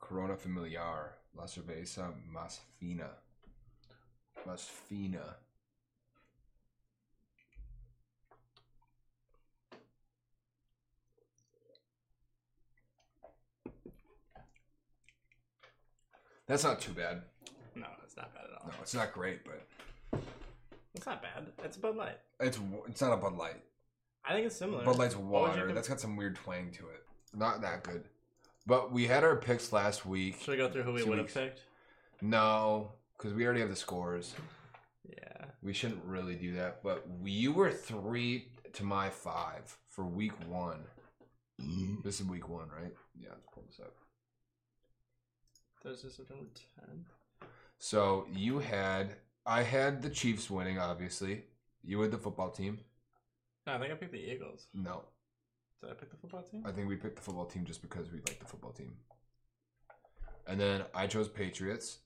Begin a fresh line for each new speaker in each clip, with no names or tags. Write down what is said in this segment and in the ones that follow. Corona Familiar, La Cerveza Más Fina. Más Fina. That's not too bad.
No, it's not bad at all.
No, it's not great, but
It's not bad. It's Bud Light.
it's it's not a Bud Light.
I think it's similar.
Bud Light's
What would you
water.
com-
That's got some weird twang to it. Not that good. But we had our picks last week.
Should we go through who we
Two
would have
weeks.
picked?
No, because we already have the scores.
Yeah.
We shouldn't really do that. But you were three to my five for week one. This is week one, right? Mm-hmm. Yeah, let's pull this up.
Thursday, September 10th.
So you had, I had the Chiefs winning, obviously. You had the football team.
No, I think I picked the Eagles.
No,
Did I pick the football team?
I think we picked the football team just because we like the football team. And then I chose Patriots.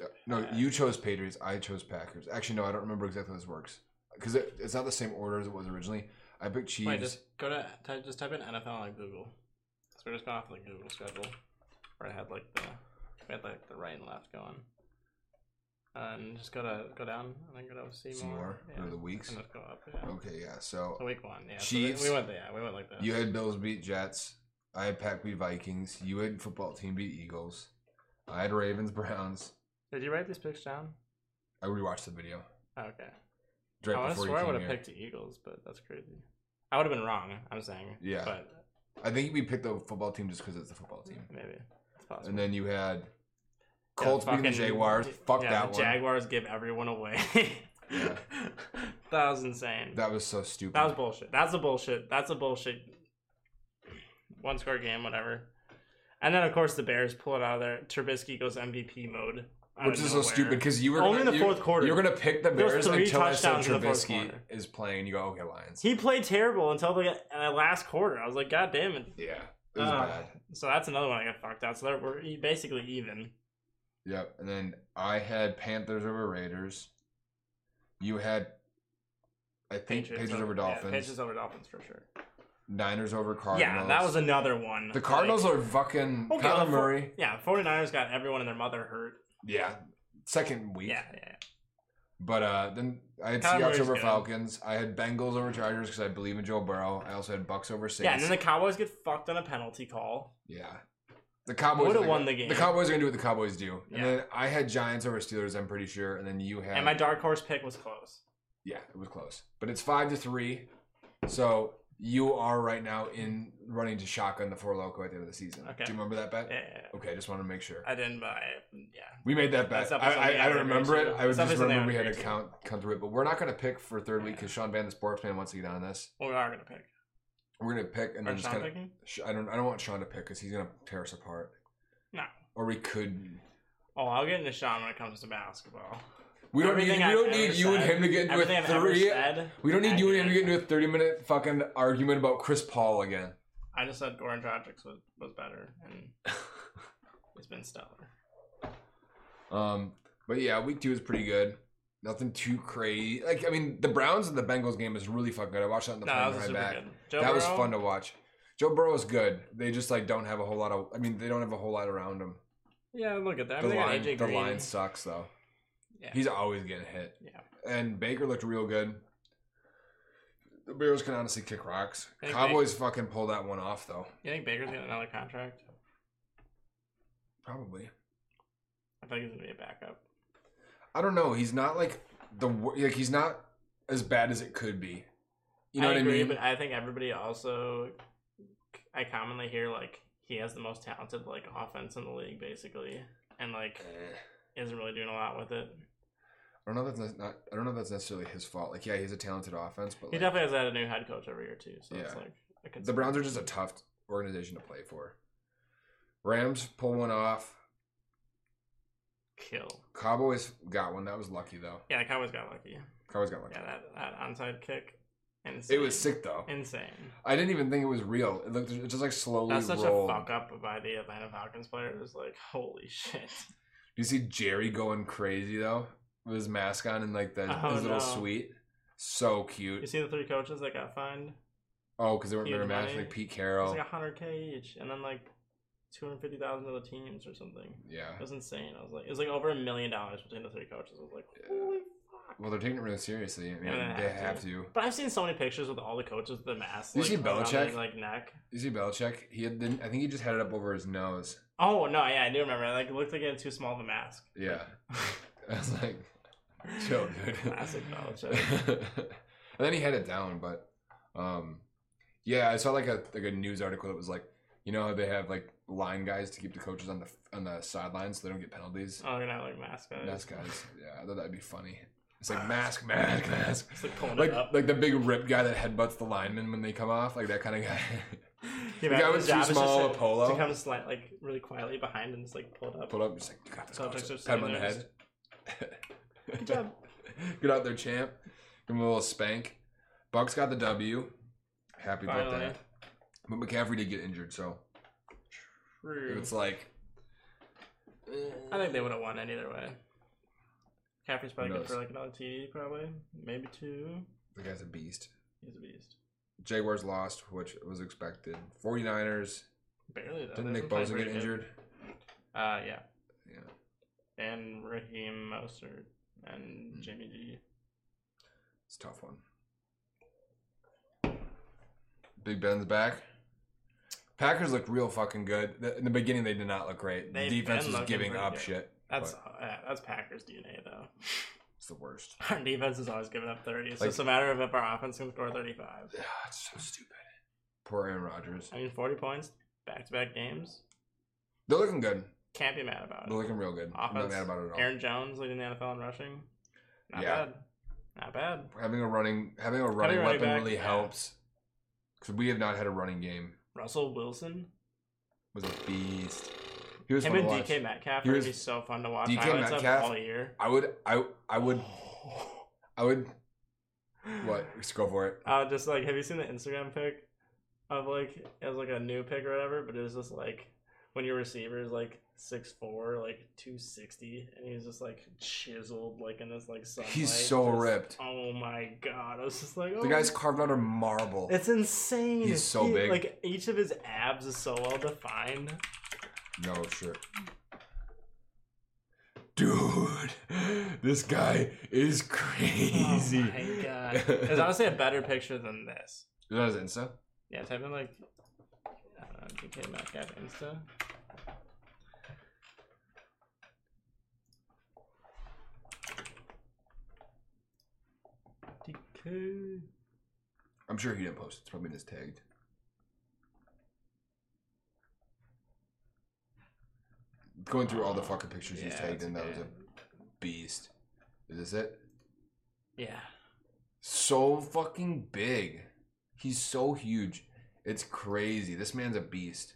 Uh, No, you chose Patriots. I chose Packers. Actually, no, I don't remember exactly how this works because it, it's not the same order as it was originally. I picked Chiefs.
Wait, just go to type, just type in NFL on Google. So we're just going off the Google schedule, where I had like the we had like the right and left going. And just go to go down and then go to see
See
more.
more
Yeah.
over the weeks.
And just go up. Yeah.
Okay, yeah. So
So week one, yeah.
Chiefs.
So we- we went there. Yeah, we went like this.
you had Bills beat Jets. I had Pack beat Vikings. You had football team beat Eagles. I had Ravens Browns.
Did you write these picks down?
I rewatched the video
Oh, okay.
right
Oh, I want to
before you
swear I
came
would have
here.
picked the Eagles, but that's crazy. I would have been wrong. I'm saying.
Yeah.
But
I think we picked the football team just because it's the football team.
maybe it's possible.
And then you had
Yeah,
Colts beating the
fucking-
Jaguars. Fuck
yeah,
that
the
one.
Jaguars give everyone away.
Yeah.
that was insane.
that was so stupid.
That was bullshit. That's a bullshit. That's a bullshit. One score game, whatever. And then of course the Bears pull it out of there. Trubisky goes MVP mode, out
which
of
is so
nowhere.
stupid because you were
Only in
gonna,
the
you-
fourth quarter.
You were gonna pick the
There was
Bears
three
until I said
touchdowns in the fourth
Trubisky
quarter.
is playing. You go okay, Lions.
He played terrible until the and the last quarter. I was like, God damn it.
Yeah, it was
Uh,
bad.
So that's another one I got fucked out. So there, we're e- basically even.
Yep. And then I had Panthers over Raiders. You had, I think Patriots, over
Yeah,
Dolphins.
Patriots over Dolphins for sure.
Niners over Cardinals.
Yeah, that was another one.
the Cardinals
Like,
are fucking
Okay,
Kyler
the four-
Murray.
yeah, 49ers got everyone and their mother hurt.
Yeah, second week.
Yeah, yeah,
But uh, then I had
Kyler
Seahawks
Murray's
over
good.
Falcons. I had Bengals over Chargers because I believe in Joe Burrow. I also had Bucks over Saints.
yeah. And then the Cowboys get fucked on a penalty call.
Yeah. The Cowboys
Would've
are
won
gonna-
the game.
The Cowboys are gonna do what the Cowboys do. And
Yeah.
then I had Giants over Steelers, I'm pretty sure. And then you had
And my dark horse pick was close.
Yeah, it was close. But it's five to three. So you are right now in running to shotgun the four loco at the end of the season.
Okay.
Do you remember that bet?
Yeah, yeah, yeah.
Okay, I just want to make sure.
I didn't buy. Yeah,
we made that
That's
bet. I,
definitely
I,
something
I
I
don't
would
remember
agree
it.
to.
I was
That's
just
definitely
remember we
something I
had
would
to
agree
count come through it. But we're not gonna pick for third week because Sean Van the sportsman wants to get on this.
well, we are gonna pick.
We're gonna pick and
Are
then just
Sean
kind of
picking?
I don't I don't want Sean to pick because he's gonna tear us apart.
No.
Or we could
Oh, I'll get into Sean when it comes to basketball.
We don't need,
Everything
we
I've
don't
ever
need you and
said-
him to get into
everything
a
I've ever
thirty.
said.
We don't need you and him to get
accurate.
into a thirty minute fucking argument about Chris Paul again.
I just said Goran Dragic was, was better, and it's been stellar.
Um, but yeah, week two is pretty good. Nothing too crazy. Like I mean, the Browns and the Bengals game is really fucking good. I watched that on the
No,
plane
that
on
was
my
super
back.
good. Joe
that was
Burrow,
fun to watch. Joe Burrow is good. They just like don't have a whole lot of. I mean, they don't have a whole lot around him.
Yeah, look at that. I
The
mean, they got
line,
AJ
the
Green.
line sucks though.
Yeah.
He's always getting hit.
Yeah.
And Baker looked real good. The Bears can honestly kick rocks.
I think
Cowboys fucking pull that one off though.
You think Baker's getting another contract?
Probably.
I think he's gonna be a backup.
I don't know. He's not like the wor- like he's not as bad as it could be. You know
I
what
agree,
I mean?
but I think everybody also, I commonly hear like he has the most talented like offense in the league, basically, and like
Eh.
isn't really doing a lot with it.
I don't know. if That's not. I don't know. If that's necessarily his fault. Like, yeah, he's a talented offense, but
He
like,
definitely has had a new head coach every year too, so it's
Yeah.
like a
the
concern.
Browns are just a tough organization to play for. Rams pull one off.
kill.
Cowboys got one. That was lucky though.
Yeah, the Cowboys got lucky.
Cowboys got lucky.
Yeah, that, that onside kick. Insane.
it was sick though.
Insane.
I didn't even think it was real. It looked it just like slowly
That's such
rolled.
a fuck up by the Atlanta Falcons players. Like, holy shit.
You see Jerry going crazy though with his mask on and like the,
Oh,
his little
no.
suite. So
You
cute.
see the three coaches that got fined?
Oh, because they weren't
Huge
very matched
money.
like Pete
It's
Carroll.
like a hundred k each, and then like two hundred fifty thousand to the teams or something.
Yeah.
It was insane. I was like, it was like over a million dollars between the three coaches. I was like,
Yeah.
holy fuck.
Well, they're taking it really seriously. I mean,
Yeah,
they have to.
But I've seen so many pictures with all the coaches with the mask.
You
like,
see
around
Belichick?
their, like neck.
You see Belichick? He had. The, I think he just had it up over his nose.
Oh no, yeah, I do remember. Like it looked like it had too small of a mask.
Yeah. I was like, chill, dude.
Classic Belichick.
and then he had it down, but um, yeah, I saw like a like a news article that was like, you know how they have like line guys to keep the coaches on the on the sidelines so they don't get penalties.
Oh, you're not like mask guys.
Mask guys. Yeah, I thought that'd be funny. It's like mask, mask, mask.
Just like pulling
Like
it up.
like the big rip guy that headbutts the lineman when they come off, like that kind of guy.
Yeah,
the guy
his
was too
job is just
small
to-
a polo.
To come slight, like really quietly behind and just like pull it up.
Pull up, just like you got this.
Celtics
coach."
are
Pat him on
sitting
the
there
head.
Good job.
Get out there, champ. Give him a little spank. Bucks got the W. Happy about
Finally.
that. But McCaffrey did get injured, so
True.
it's like
I think they would have won any either way. McCaffrey's probably
Who
good for
knows?
like another TD, probably maybe two.
the guy's a beast.
He's a beast.
Jaguars lost, which was expected. 49ers.
Barely though.
Didn't Nick
They've been playing
Bosa get
pretty good.
injured?
Uh, yeah.
Yeah.
And Raheem Mostert and
Hmm.
Jimmy G.
It's a tough one. Big Ben's back. Packers look real fucking good. The- In the beginning, they did not look great. The
They've
defense
been
was
looking
giving
pretty
up
good.
shit.
That's
but
uh, that's Packers DNA though.
it's the worst.
Our defense is always giving up thirty. It's
Like-
just a matter of if our offense can score thirty-five.
Yeah, it's so stupid. Poor Aaron Rodgers.
I mean, forty points, back-to-back games.
They're looking good.
Can't be mad about it.
They're looking real good. I'm not
Offense,
mad about it at all.
Aaron Jones leading the NFL in rushing. Not
Yeah.
bad. Not bad.
having a running having a running
a running
weapon
back,
really
yeah.
helps. Because we have not had a running game.
Russell Wilson.
It was a beast. He was
Him
fun
and
to
DK
watch.
Metcalf
He
are
was-
gonna be so fun to watch.
DK
Highlights of
Metcalf-
all year.
I would I I would I would what? Just go for it.
Uh, just like, have you seen the Instagram pic of like it was like a new pic or whatever, but it was just like when your receiver is like six four, like two sixty, and he's just like chiseled, like in this like sunlight.
He's so
just-
ripped.
Oh my god! I was just like, oh,
The guy's carved out of marble.
It's insane.
He's so
He-
big.
Like each of his abs is so well defined.
No shit. Dude, this guy is crazy.
Oh my god! It's honestly a better picture than this.
Is that his Insta?
Yeah, type in like uh, I don't know, DK Metcalf Insta. DK.
I'm sure he didn't post. It's probably just tagged. Going through all the fucking pictures he's
Yeah,
tagged
it's
in, that was a
okay.
beast. Is this it?
Yeah.
So fucking big. He's so huge. It's crazy. This man's a beast.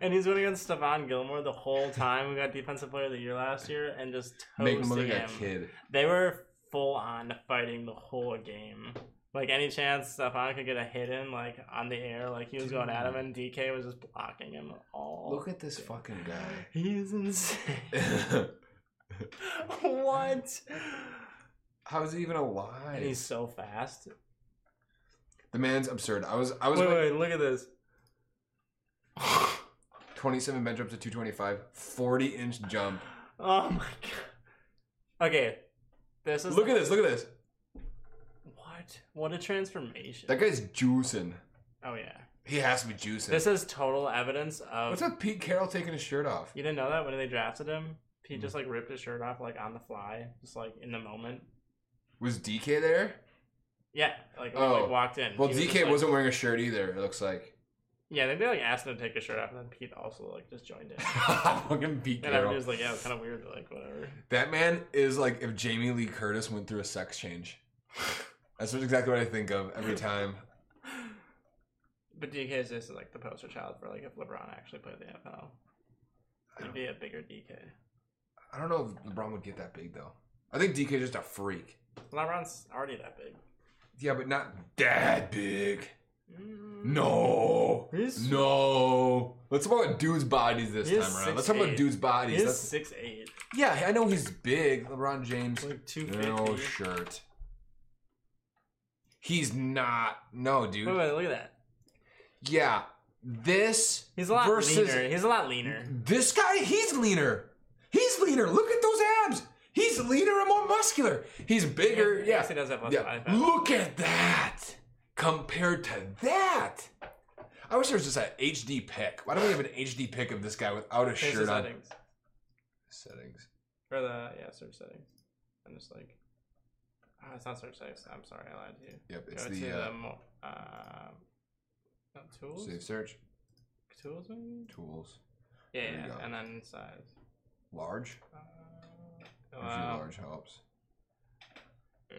and he's winning against Stephon Gilmore the whole time. We got Defensive Player of the Year last year and just
Make him
toasting
look like a
him.
kid.
They were full on fighting the whole game. Like any chance Stephon could get a hit in, like on the air, like he was going at him, and DK was just blocking him all.
Look at this fucking guy.
He's insane. what?
How is he even alive?
And he's so fast.
The man's absurd. I was I was
wait,
like
wait, look at this. Oh
27 bench ups to 225, 40 inch jump.
Oh my god. Okay, this is
Look at this. Look at this.
what? What a transformation!
That guy's juicing.
oh yeah,
He has to be juicing.
this is total evidence of.
What's up, Pete Carroll taking his shirt off?
You didn't know that when they drafted him, he just
Mm.
like ripped his shirt off like on the fly, just like in the moment.
Was DK there?
Yeah, like when
Oh.
he like, walked in.
Well,
he was just,
DK
like-
wasn't wearing a shirt either. It looks like.
Yeah, they, they like asked him to take his shirt off, and then Pete also like just joined in.
Fucking Pete
And everybody
Carroll.
was like, "Yeah, it's kind of weird, but like whatever."
That man is like if Jamie Lee Curtis went through a sex change. That's what- exactly what I think of every time.
But DK is just like the poster child for like if LeBron actually played in the NFL, he'd be a bigger DK.
I don't know if LeBron would get that big though. I think DK is just a freak.
LeBron's already that big.
Yeah, but not that big.
Mm.
No.
He's-
no. Let's talk about dudes' bodies this
He's
time around. Let's talk about
6'8".
dudes' bodies.
he's
That's,
six eight,
yeah, I know he's big, LeBron James.
like two fifty.
No shirt. He's not. No, dude.
wait, wait, look at that.
Yeah. This
He's a lot
versus
leaner. He's a lot leaner.
this guy. He's leaner. He's leaner. Look at those abs. He's leaner and more muscular. He's bigger.
I
Yeah,
guess he does have less body
yeah.
fat.
Look at that compared to that. I wish there was just an HD pic. Why don't we have an HD pic of this guy without a
Here's the
shirt on?
settings.
Settings.
Or the yeah, search settings. I'm just like, oh, it's not search settings. I'm sorry, I lied to you.
Yep, it's
Go
the,
to
uh,
the mo- uh, not tools.
Save search.
Tools maybe.
Tools.
Yeah,
There you
yeah,
go.
and then size.
Large.
Uh,
Usually
wow.
large helps.
Mm.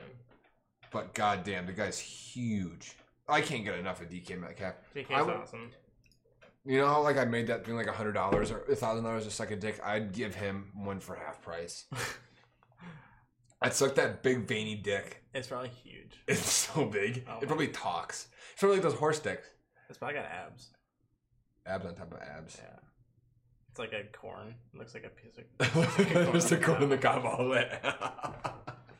But goddamn, the guy's huge. I can't get enough of DK Metcalf.
DK's
I would-
awesome.
You know how like I made that thing like a hundred dollars or a thousand dollars to suck a dick? I'd give him one for half price. I'd suck that big veiny dick.
It's probably huge.
It's so big.
Oh,
it probably talks. It's probably like those horse dicks.
It's probably got abs.
Abs on top of abs.
Yeah. It's like a corn. It looks like a piece of.
Just a corn in the
cob.
cob all that.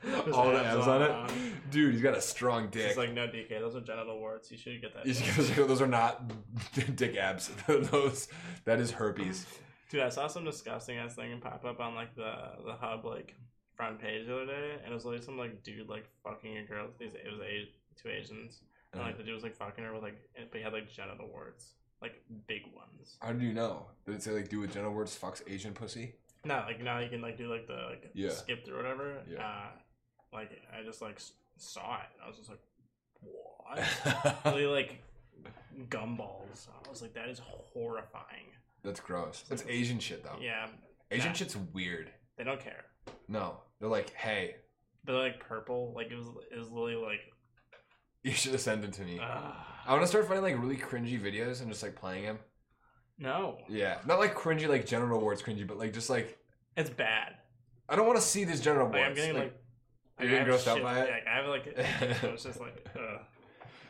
There's
all the
abs
abs
on
on
it.
it. Dude, he's got a strong dick.
It's like no DK. Those are genital warts. You should get that.
You should- those are not dick abs. those that is herpes.
Dude, I saw some disgusting ass thing pop up on like the the hub like front page the other day, and it was literally some like dude like fucking a girl. These it was a, two Asians, and like the dude was like fucking her with like, and- but he had like genital warts, like big ones.
How do you know? Did it say like do with genital words fucks Asian pussy?
No, like now you can like do like the like
Yeah.
skip through or whatever.
Yeah.
Uh, like I just like s- saw it, and I was just like, what?
That's
really like gumballs. I was like, that is horrifying.
gross. That's Asian shit though.
Yeah,
Asian
yeah.
shit's weird.
they don't care.
No, they're like, hey,
They're like purple. Like it was it was literally like.
you should have sent them to me. I
Uh,
want to start finding like really cringy videos and just like playing them.
no,
Yeah, not like cringy like genital warts cringy, but like just like
it's bad.
I don't want to see these genital warts.
Like I'm getting like,
you're getting
I have
grossed out
shit-
by it?
Like I have like it was just like ugh.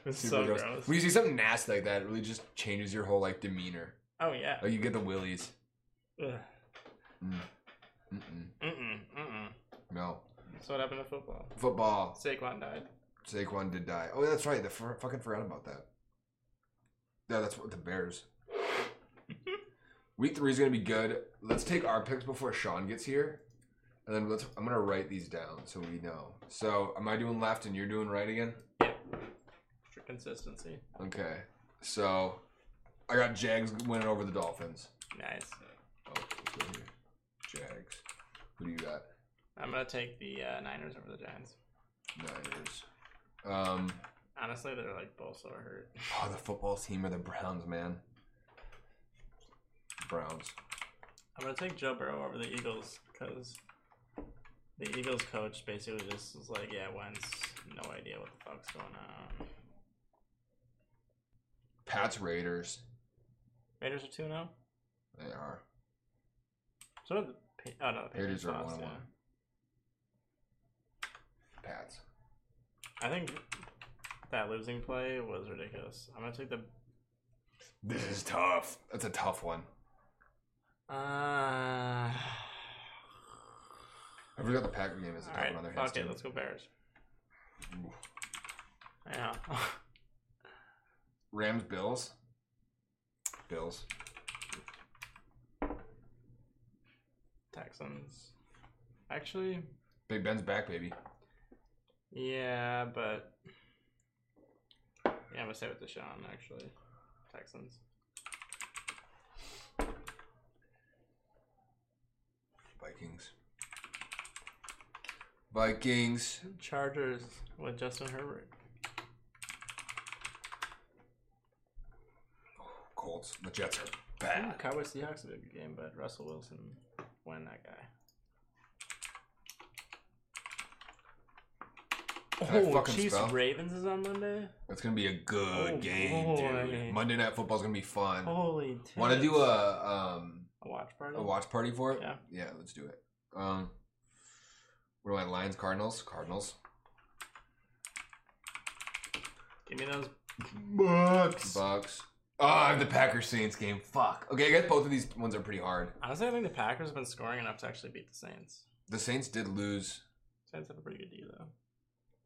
it's
super
so
gross.
gross.
When you see something nasty like that, it really just changes your whole like demeanor.
oh yeah.
Like you get the willies.
Ugh.
Mm-mm.
Mm-mm, mm-mm.
No,
So what happened to football?
football.
Saquon died.
Saquon did die. Oh, that's right. The for, fucking forgot about that. Yeah, that's what the Bears. Week three is gonna be good. Let's take our picks before Sean gets here, and then let's. I'm gonna write these down so we know. So, am I doing left and you're doing right again?
For consistency,
Okay. So, I got Jags winning over the Dolphins.
nice.
Oh, it's right here. Jags. Who do you got?
I'm gonna take the uh, Niners over the Giants.
Niners. Um.
Honestly, they're like both so hurt.
Oh, the football team or the Browns, man. Browns.
I'm gonna take Joe Burrow over the Eagles because the Eagles coach basically just was like, "Yeah, Wentz, no idea what the fuck's going on."
Pats Raiders.
Raiders are two oh. now.
They are.
So are the Pa- oh no, the Patriots
Raiders are
lost.
one
yeah.
one. Pats.
I think that losing play was ridiculous. I'm gonna take the.
This is tough. That's a tough one.
Uh...
I forgot the Packer game is a
All
tough
right,
one on their hands.
fuck it,
too.
let's go Bears.
Ooh.
Yeah.
Rams Bills. Bills.
Texans. Actually,
Big Ben's back, baby.
yeah, but yeah, I'm gonna say with Deshaun actually. Texans.
Vikings. Vikings.
Chargers with Justin Herbert.
Colts. The Jets are
Yeah,
bad.
Cowboys Seahawks is a good game, but Russell Wilson won that guy.
Can I
Oh,
fucking
Chiefs
spell?
Ravens is on Monday.
That's gonna be a good
Oh,
game,
boy. Oh,
dude. Monday night football's gonna be fun.
Holy. Tits.
Wanna do a um
a watch party?
a watch party for it?
Yeah.
Yeah, let's do it. Um, what am I? Lions, Cardinals, Cardinals,
Give me those.
Bucks, Bucks. Oh, I have the Packers Saints game. Fuck. Okay, I guess both of these ones are pretty hard.
Honestly, I think the Packers have been scoring enough to actually beat the Saints.
The Saints did lose.
Saints have a pretty good D though.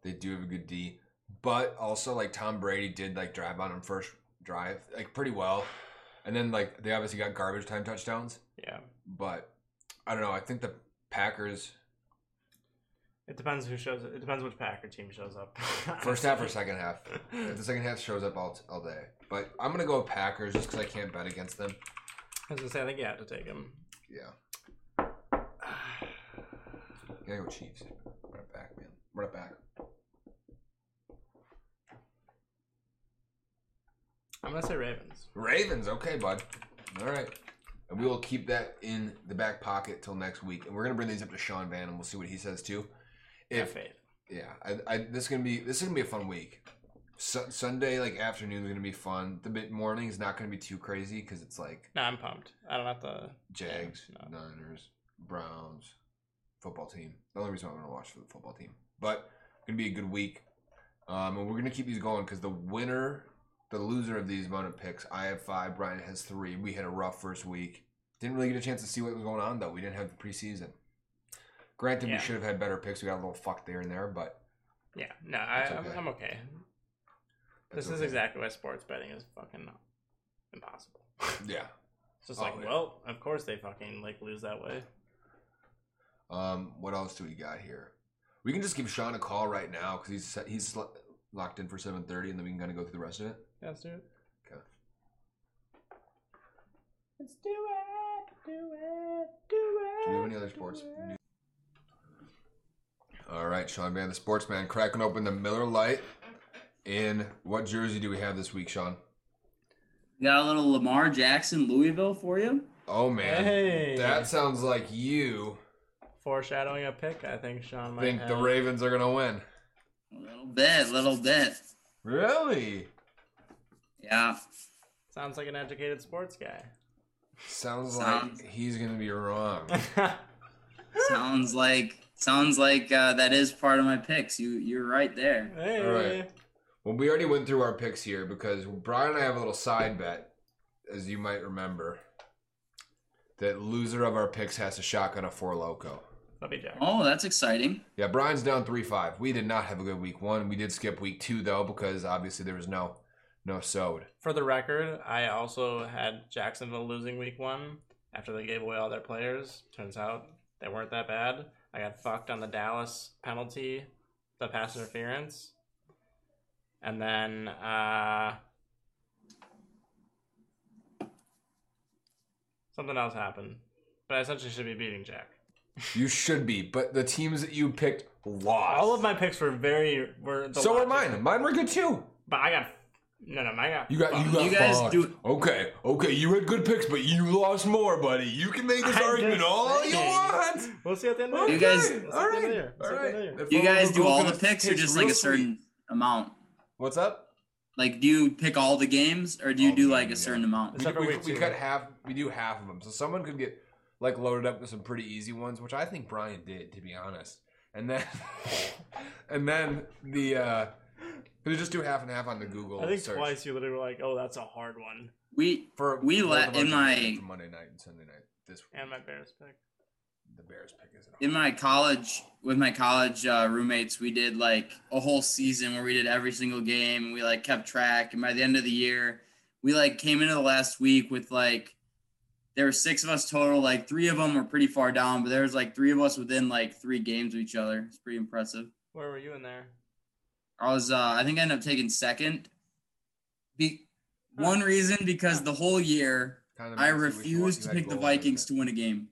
They do have a good D, but also like Tom Brady did like drive on him first drive like pretty well, and then like they obviously got garbage time touchdowns,
Yeah.
but I don't know. I think the Packers
It depends who shows. It depends which Packer team shows up.
first half or second half. If the second half shows up all, all day, but I'm gonna go with Packers just because I can't bet against them.
I was gonna say I think you have to take him.
Yeah, gotta go Chiefs. Run it back, man. Run it back.
I'm gonna say Ravens.
Ravens, okay, bud. All right. And we will keep that in the back pocket till next week. And we're gonna bring these up to Sean Van and we'll see what he says too.
Have
If
faith.
yeah, I, I, this is gonna be this is gonna be a fun week. Su- Sunday like afternoon is gonna be fun. The mid morning is not gonna be too crazy because it's like
No, I'm pumped. I don't have to.
Jags,
Yeah,
Niners, Browns, football team. The only reason I'm gonna watch for the football team, but gonna be a good week. Um, and we're gonna keep these going because the winner, the loser of these amount of picks, I have five, Brian has three. We had a rough first week. Didn't really get a chance to see what was going on though. We didn't have the preseason. Granted,
Yeah.
we should have had better picks. We got a little fucked there and there, but
Yeah. No, I,
It's
I'm,
okay.
I'm okay.
that's
this is
okay.
exactly why sports betting is fucking impossible.
yeah.
It's just
Oh,
like,
yeah.
well, of course they fucking like lose that way.
Um, what else do we got here? We can just give Sean a call right now because he's set, he's sl- locked in for seven thirty, and then we can kind of go through the rest of it.
Let's do it.
Okay.
Let's do it. Do it. Do it.
Do we have any other sports? news? All right, Sean Van, the sportsman, cracking open the Miller Light. In what jersey do we have this week, Sean?
Got a little Lamar Jackson Louisville for you.
Oh man,
Hey.
that sounds like you
Foreshadowing a pick, I think Sean might
think the
have.
Ravens are gonna win.
A little bit, little bit.
Really?
Yeah.
Sounds like an educated sports guy.
Sounds
Sounds-
like he's gonna be wrong.
sounds like sounds like uh, that is part of my picks. You you're right there.
hey.
Alright. Well, we already went through our picks here because Brian and I have a little side bet, as you might remember, that loser of our picks has to shotgun a four loco.
I'll be Jack.
Oh, that's exciting.
Yeah, Brian's down three five. We did not have a good week one. We did skip week two though because obviously there was no no sowed.
For the record, I also had Jacksonville losing week one after they gave away all their players. Turns out they weren't that bad. I got fucked on the Dallas penalty, the pass interference. And then uh, something else happened. But I essentially should be beating Jack.
You should be, but the teams that you picked lost.
All of my picks were very were the
so were
logic-
mine. Mine were good too.
But I got no no mine got
You got you
You
got
guys
fucked.
do-
Okay, okay. You had good picks, but you lost more, buddy. You can make this
I'm
argument
just
all you
saying.
want.
We'll see at the end of
Okay,
the
You guys-
We'll see at the
all
end of the
right, all
year. We'll see at the end of
right.
the year.
If
You
I'm
guys
gonna
do
go
all
for
the
this
picks or
taste
just like
real
a certain
sweet-
amount?
What's up?
Like do you pick all the games or do
All
you
the
do like a
games,
certain
yeah.
amount?
We,
Except for
we,
week
we
two.
cut half. We do half of them, so someone could get like loaded up with some pretty easy ones, which I think Brian did, to be honest. And then, and then the uh, we just do half and half on the Google.
I think
search
twice you literally were like, "Oh, that's a hard one,"
We
for
we
both
let-
of our
in
games
my-
for Monday night and Sunday night. This
and my Bears pick.
the Bears pick is
in my college with my college uh, roommates we did like a whole season where we did every single game and we like kept track and by the end of the year we like came into the last week with like there were six of us total like three of them were pretty far down but there was like three of us within like three games of each other it's pretty impressive
Where were you in there?
i was uh, i think i ended up taking second Be- one reason because the whole year
kind makes
i
you wish
refused
you
to
had
pick the
gold on it,
vikings
but-
to win a game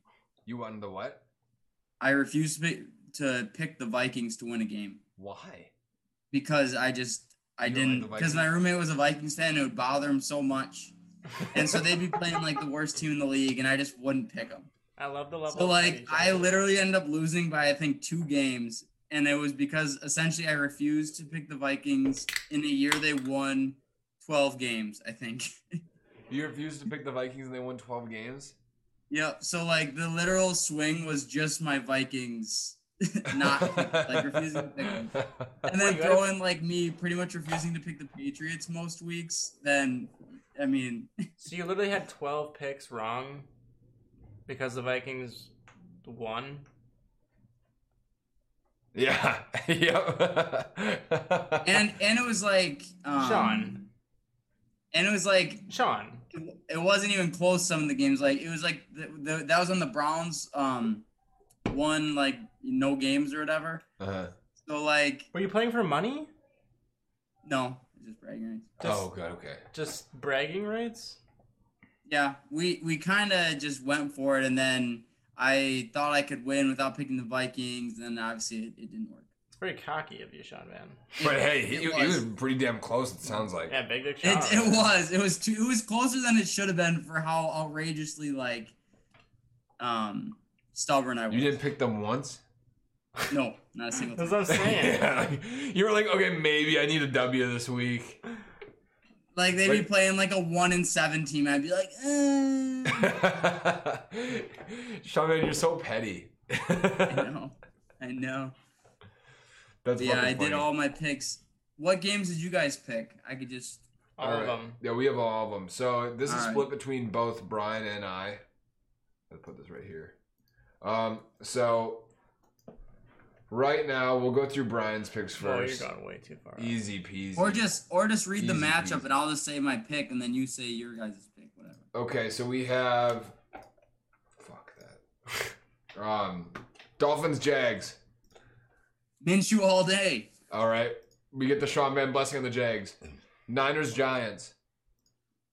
You won the what?
i refused to pick, to pick the vikings to win a game
Why?
because I just I
You don't like
didn't
the
because my roommate was a Vikings fan. It would bother him so much, and so they'd be playing like the worst team in the league, and I just wouldn't pick them.
I love the level.
So
of competition.
like I literally ended up losing by I think two games, and it was because essentially I refused to pick the Vikings in a year they won twelve games. I think.
You refused to pick the Vikings and they won twelve games.
Yep. So like the literal swing was just my Vikings not like refusing to pick them. and
Wait,
then
you
throw
gotta-
in like me pretty much refusing to pick the Patriots most weeks, then I mean,
so you literally had twelve picks wrong because the Vikings won.
Yeah. yep.
and and it was like um,
Sean,
and it was like
Sean.
it it wasn't even close some of the games like it was like the, the, that was on the browns um one like no games or whatever
Uh-huh.
so like
Were you playing for money?
no it's just bragging rights
Just,
oh god, okay.
Just bragging rights?
yeah we we kind of just went for it and then i thought i could win without picking the vikings and then obviously it, it didn't work
It's very cocky of you, Sean, man.
But hey, he,
it
he was.
was.
pretty damn close. It sounds like.
Yeah, big dick Sean.
It, it was. It was too. It was closer than it should have been for how outrageously like, um, stubborn I was.
You didn't pick them once.
No, not a single
That's
time.
what I'm saying.
yeah, like, you were like, okay, maybe I need a W this week.
Like they'd be
Like-
playing like a one in seven team. I'd be like, eh.
Sean, man, you're so petty.
I know, I know.
That's
But yeah,
fucking
I did
funny.
all my picks. What games did you guys pick? I could just.
All
All
of
right.
them.
Yeah, we have all of them. So this
All
is
right.
split between both Brian and I. Let's put this right here. Um, so right now we'll go through Brian's picks
No, you're
first.
gone way too far.
Easy peasy.
Or just, or just read the
Easy
matchup,
peasy.
and I'll just say my pick, and then you say your guys' pick, whatever.
Okay, so we have fuck that. um Dolphins Jags.
Minshew all day.
All right. We get the Sean Van blessing on the Jags. Niners Giants.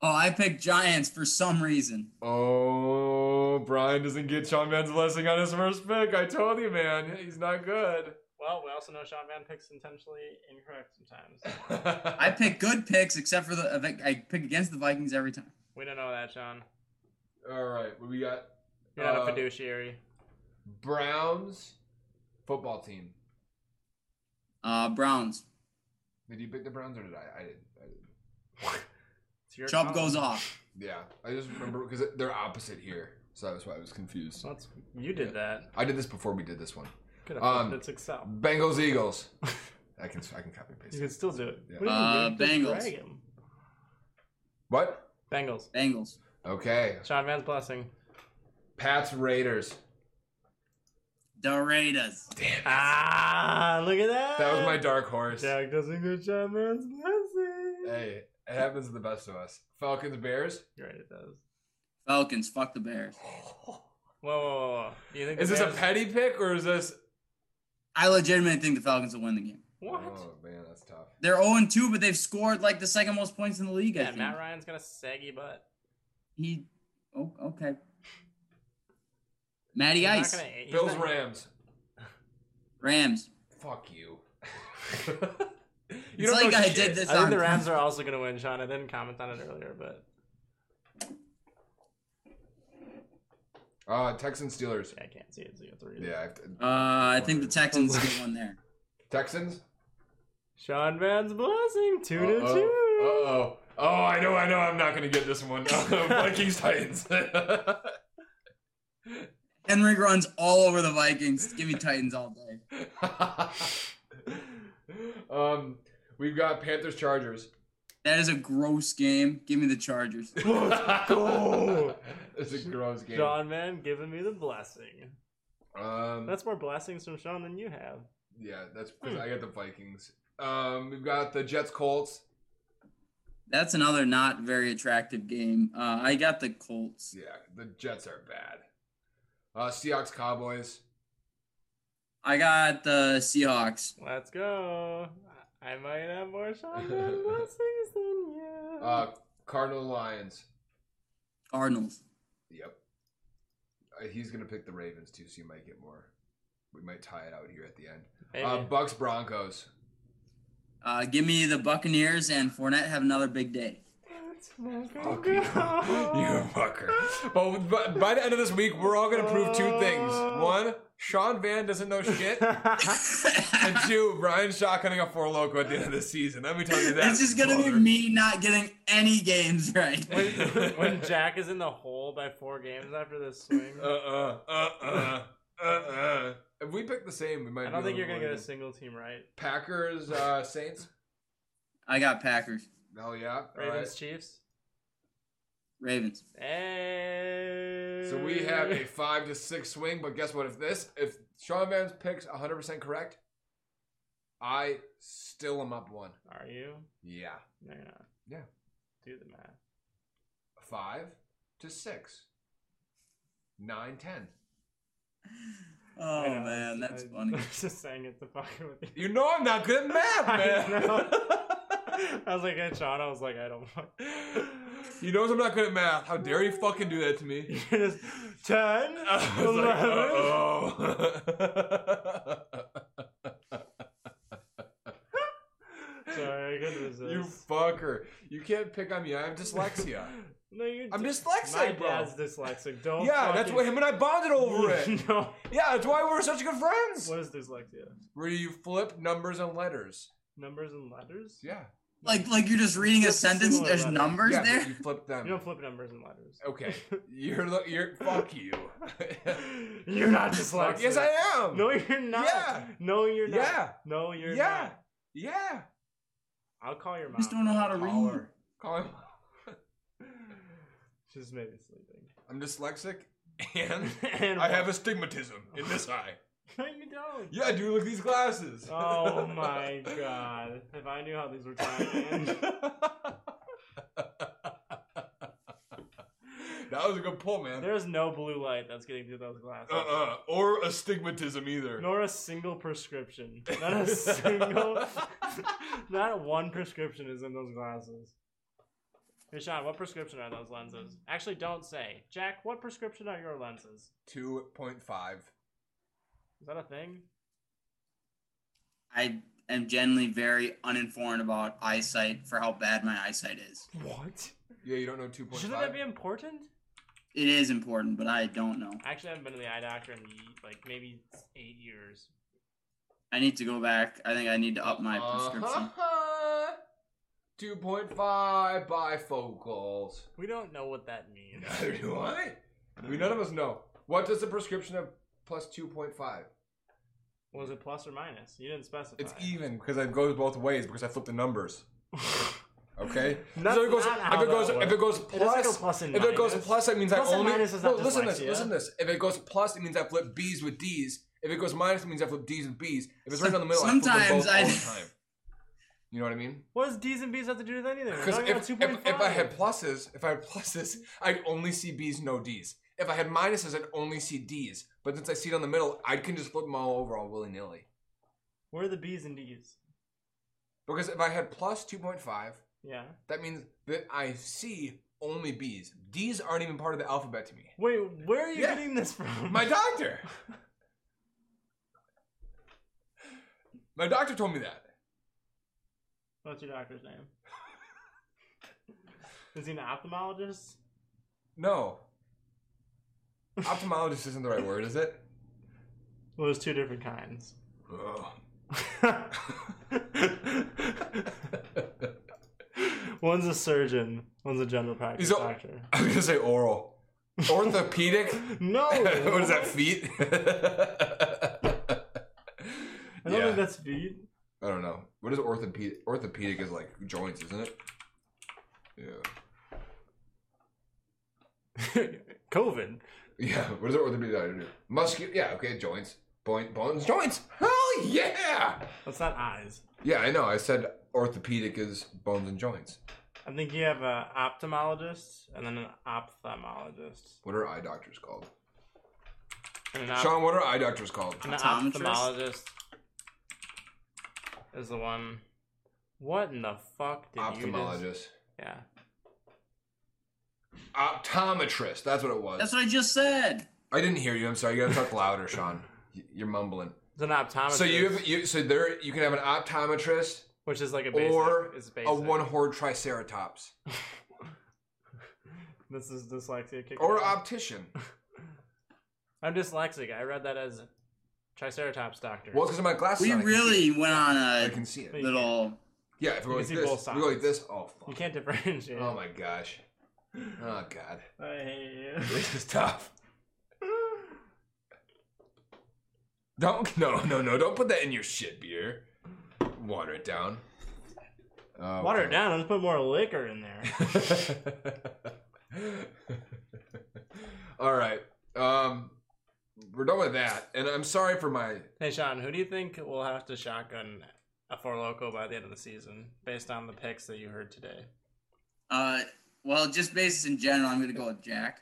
Oh, I picked Giants for some reason.
Oh, Brian doesn't get Sean Van's blessing on his first pick. I told you, man. He's not good.
Well, we also know Sean Van picks intentionally incorrect sometimes.
I pick good picks, except for the I pick against the Vikings every time.
We don't know that, Sean.
All right, what we got
You're not
Uh,
a fiduciary.
Browns football team.
Uh, Browns.
Did you pick the Browns or did I? I did. I did.
It's your
Chubb
call.
goes off.
Yeah, I just remember because they're opposite here, so that's why I was confused.
That's, you did that.
I did this before we did this one.
Could have
Um,
um, it's Excel.
Bengals Eagles. I can I can copy and paste.
You
it.
could still do it.
Yeah.
What do you
Uh,
mean? Just
Bengals.
drag him.
What?
Bengals.
Bengals.
Okay.
Sean Van's blessing.
Pats Raiders.
The Raiders.
Damn.
Ah, look at that.
That was my dark horse.
Jack doesn't get Sean Van's blessing.
Hey, it happens to the best of us. Falcons Bears.
You're right, it does.
Falcons. Fuck the Bears.
Whoa, whoa, whoa, whoa. Do you think
Is
the
this a
Bears-
petty pick or is this?
I legitimately think the Falcons will win the game.
What?
Oh man, that's tough.
They're 0 2, but they've scored like the second most points in the league. I
yeah,
think.
Matt Ryan's got a saggy butt.
He. Oh, okay. Matty
He's not
Ice.
gonna- he's
Bills
not-
Rams.
Rams.
Fuck you.
It's like I did this
I think
on
the Rams are also going to win, Sean. I didn't comment on it earlier, but
Uh, Texans Steelers.
yeah, I can't see it. So you have to read it.
Yeah, I-
Uh, I think the Texans get one there.
Texans.
Sean Van's blessing. 2
Uh-oh.
to 2.
Uh-oh. Oh, I know, I know. I'm not gonna get this one. Vikings Titans.
Henry runs all over the Vikings. Give me Titans all day.
um, we've got Panthers Chargers.
That is a gross game. Give me the Chargers.
Let's go.
It's a gross game.
Sean Van giving me the blessing.
Um,
That's Hmm. more blessings from Sean than you have.
yeah, that's because I got the Vikings. Um, we've got the Jets Colts.
That's another not very attractive game. Uh, I got the Colts.
Yeah, the Jets are bad. Uh, Seahawks Cowboys.
I got the Seahawks.
Let's go. I might have more Sean Van blessings than you.
Uh, Cardinal Lions.
Cardinals.
Yep. Uh, he's gonna pick the Ravens too, so you might get more. We might tie it out here at the end.
Maybe.
Uh, Bucks Broncos.
Uh, give me the Buccaneers and Fournette have another big day.
Let's not go.
Fuck you. you fucker. But, but by the end of this week, we're all gonna prove two things. One, Sean Van doesn't know shit. And two, Brian shotgunning a four loco at the end of the season. Let me tell you that.
it's just gonna be
brother.
me not getting any games right.
when, when Jack is in the hole by four games after this swing,
Uh uh uh uh uh uh. If we pick the same, we might.
I don't
be able
think you're
to
gonna get a
win.
single team right.
Packers uh, Saints.
I got Packers,
Hell yeah! All
Ravens,
right.
Chiefs.
Ravens.
Hey.
So we have a five to six swing, but guess what? If this, if Sean Van's picks 100 percent correct, I still am up one.
Are you?
Yeah.
No, you're not.
Yeah.
Do do the math.
Five to six. Nine, ten.
Oh
I know,
man,
it's-
that's
I-
funny.
I was just saying it to fuck with you.
You know I'm not good at math,
I
man.
I was like, hey, Sean, I was like, I don't fuck.
he knows I'm not good at math. How dare you fucking do that to me?
You're just 10,
I was like,
11.
uh-oh.
Sorry, I couldn't resist.
You fucker. You can't pick on me. I have dyslexia.
No, you
I'm
don't. My
dyslexic, bro.
dad's dyslexic. Don't.
Yeah, that's why
fucking-
him and I bonded over it.
no.
Yeah, that's why we're such good friends.
What is dyslexia?
Where you flip numbers and letters.
Numbers and letters?
Yeah.
Like like you're just reading a
That's
sentence.
similar
There's
letter.
numbers
yeah, but
there.
You flip them.
You don't flip numbers and letters.
Okay. You're lo- you're fuck you.
You're not
Fuck-
dyslexic.
yes, I am.
No, you're not.
Yeah.
No, you're not.
Yeah.
No, you're
Yeah.
not.
Yeah.
I'll call your mom.
I just don't know how to read.
Collar. Call him.
She's maybe sleeping.
I'm dyslexic and
and
I have astigmatism in this eye.
No, you don't.
Yeah, dude, look at these glasses.
Oh my god. If I knew how these were timed. man.
that was a good pull, man.
There's no blue light that's getting through those glasses.
Uh-uh. Or astigmatism either.
Nor a single prescription. Not a single. not one prescription is in those glasses. Hey, Sean, what prescription are those lenses? Actually, don't say. Jack, what prescription are your lenses?
2.5.
Is that a thing?
I am generally very uninformed about eyesight for how bad my eyesight is.
What?
Yeah, you don't know 2.5?
Shouldn't that be important?
It is important, but I don't know.
I actually haven't been to the eye doctor in ye- like maybe eight years.
I need to go back. I think I need to up my prescription.
Uh-huh. 2.5 bifocals.
We don't know what that means.
Neither do I. We none of us know. What does the prescription of plus 2.5?
Was it plus or minus? You didn't specify.
It's e- even because it goes both ways because I flip the numbers. Okay?
That's
so it goes,
not
if
how
it goes,
that
if it goes
It doesn't go
plus,
plus and
if it goes
minus.
plus, that means
Plus
I
and
only.
minus is
no,
not
listen to this.
dyslexia.
Listen to this. If it goes plus, it means I flip B's with D's. If it goes minus, it means I flip D's with B's. If it's right down the middle, I flip them
Sometimes
both
I-
all the time. You know what I mean?
What does D's and B's have to do with anything?
Because
Because
if, if, if I had pluses, if I had pluses, I'd only see B's, no D's. If I had minuses, I'd only see D's. But since I see it on the middle, I can just flip them all over all willy nilly.
Where are the B's and D's?
Because if I had plus 2.5,
Yeah.
that means that I see only B's. D's aren't even part of the alphabet to me.
Wait, where are you
Yeah.
getting this from?
My doctor! My doctor told me that.
What's your doctor's name? Is he an ophthalmologist?
No. Ophthalmologist isn't the right word, is it?
Well, there's two different kinds.
Ugh.
one's a surgeon, one's a general practice
He's a-
doctor.
I was gonna say oral. Orthopedic?
No!
what is that, feet?
I don't
yeah.
think that's feet.
I don't know. What is orthopedic? Orthopedic is like joints, isn't it? Yeah.
COVID.
Yeah. What does orthopedic doctor do? Muscu. Yeah. Okay. Joints. Point. Bones. Joints. Hell yeah.
That's not eyes.
Yeah. I know. I said orthopedic is bones and joints.
I think you have an ophthalmologist and then an ophthalmologist.
What are eye doctors called?
And an op-
Sean, what are eye doctors called?
And the
Optometrist?
ophthalmologist is the one. What in the fuck did you
Ophthalmologist.
just? Yeah.
Optometrist. That's what it was.
That's what I just said.
I didn't hear you. I'm sorry. You gotta talk louder, Sean. Y- You're mumbling.
It's an optometrist.
So you have you so there you can have an optometrist
which is like a basic,
or
it's basic.
a one horned triceratops
This is dyslexia. Kicking
or
in.
optician.
I'm dyslexic. I read that as Triceratops doctor.
Well, because of my glasses.
We
on, I can see
really went on
it. I
a
can see it.
little.
Yeah, if we go
You can
like
see
this,
both
if we go like
sides.
this. Oh
You
fuck!
can't differentiate.
Oh my gosh! Oh god,
I hate you.
this is tough. Don't no no no! Don't put that in your shit beer. Water it down. Oh, Okay.
Water it down. Let's put more liquor in there.
All right. Um, we're done with that, and I'm sorry for my.
Hey Sean, who do you think will have to shotgun a four loco by the end of the season, based on the picks that you heard today?
Uh, well, just basis in general, I'm gonna go with Jack.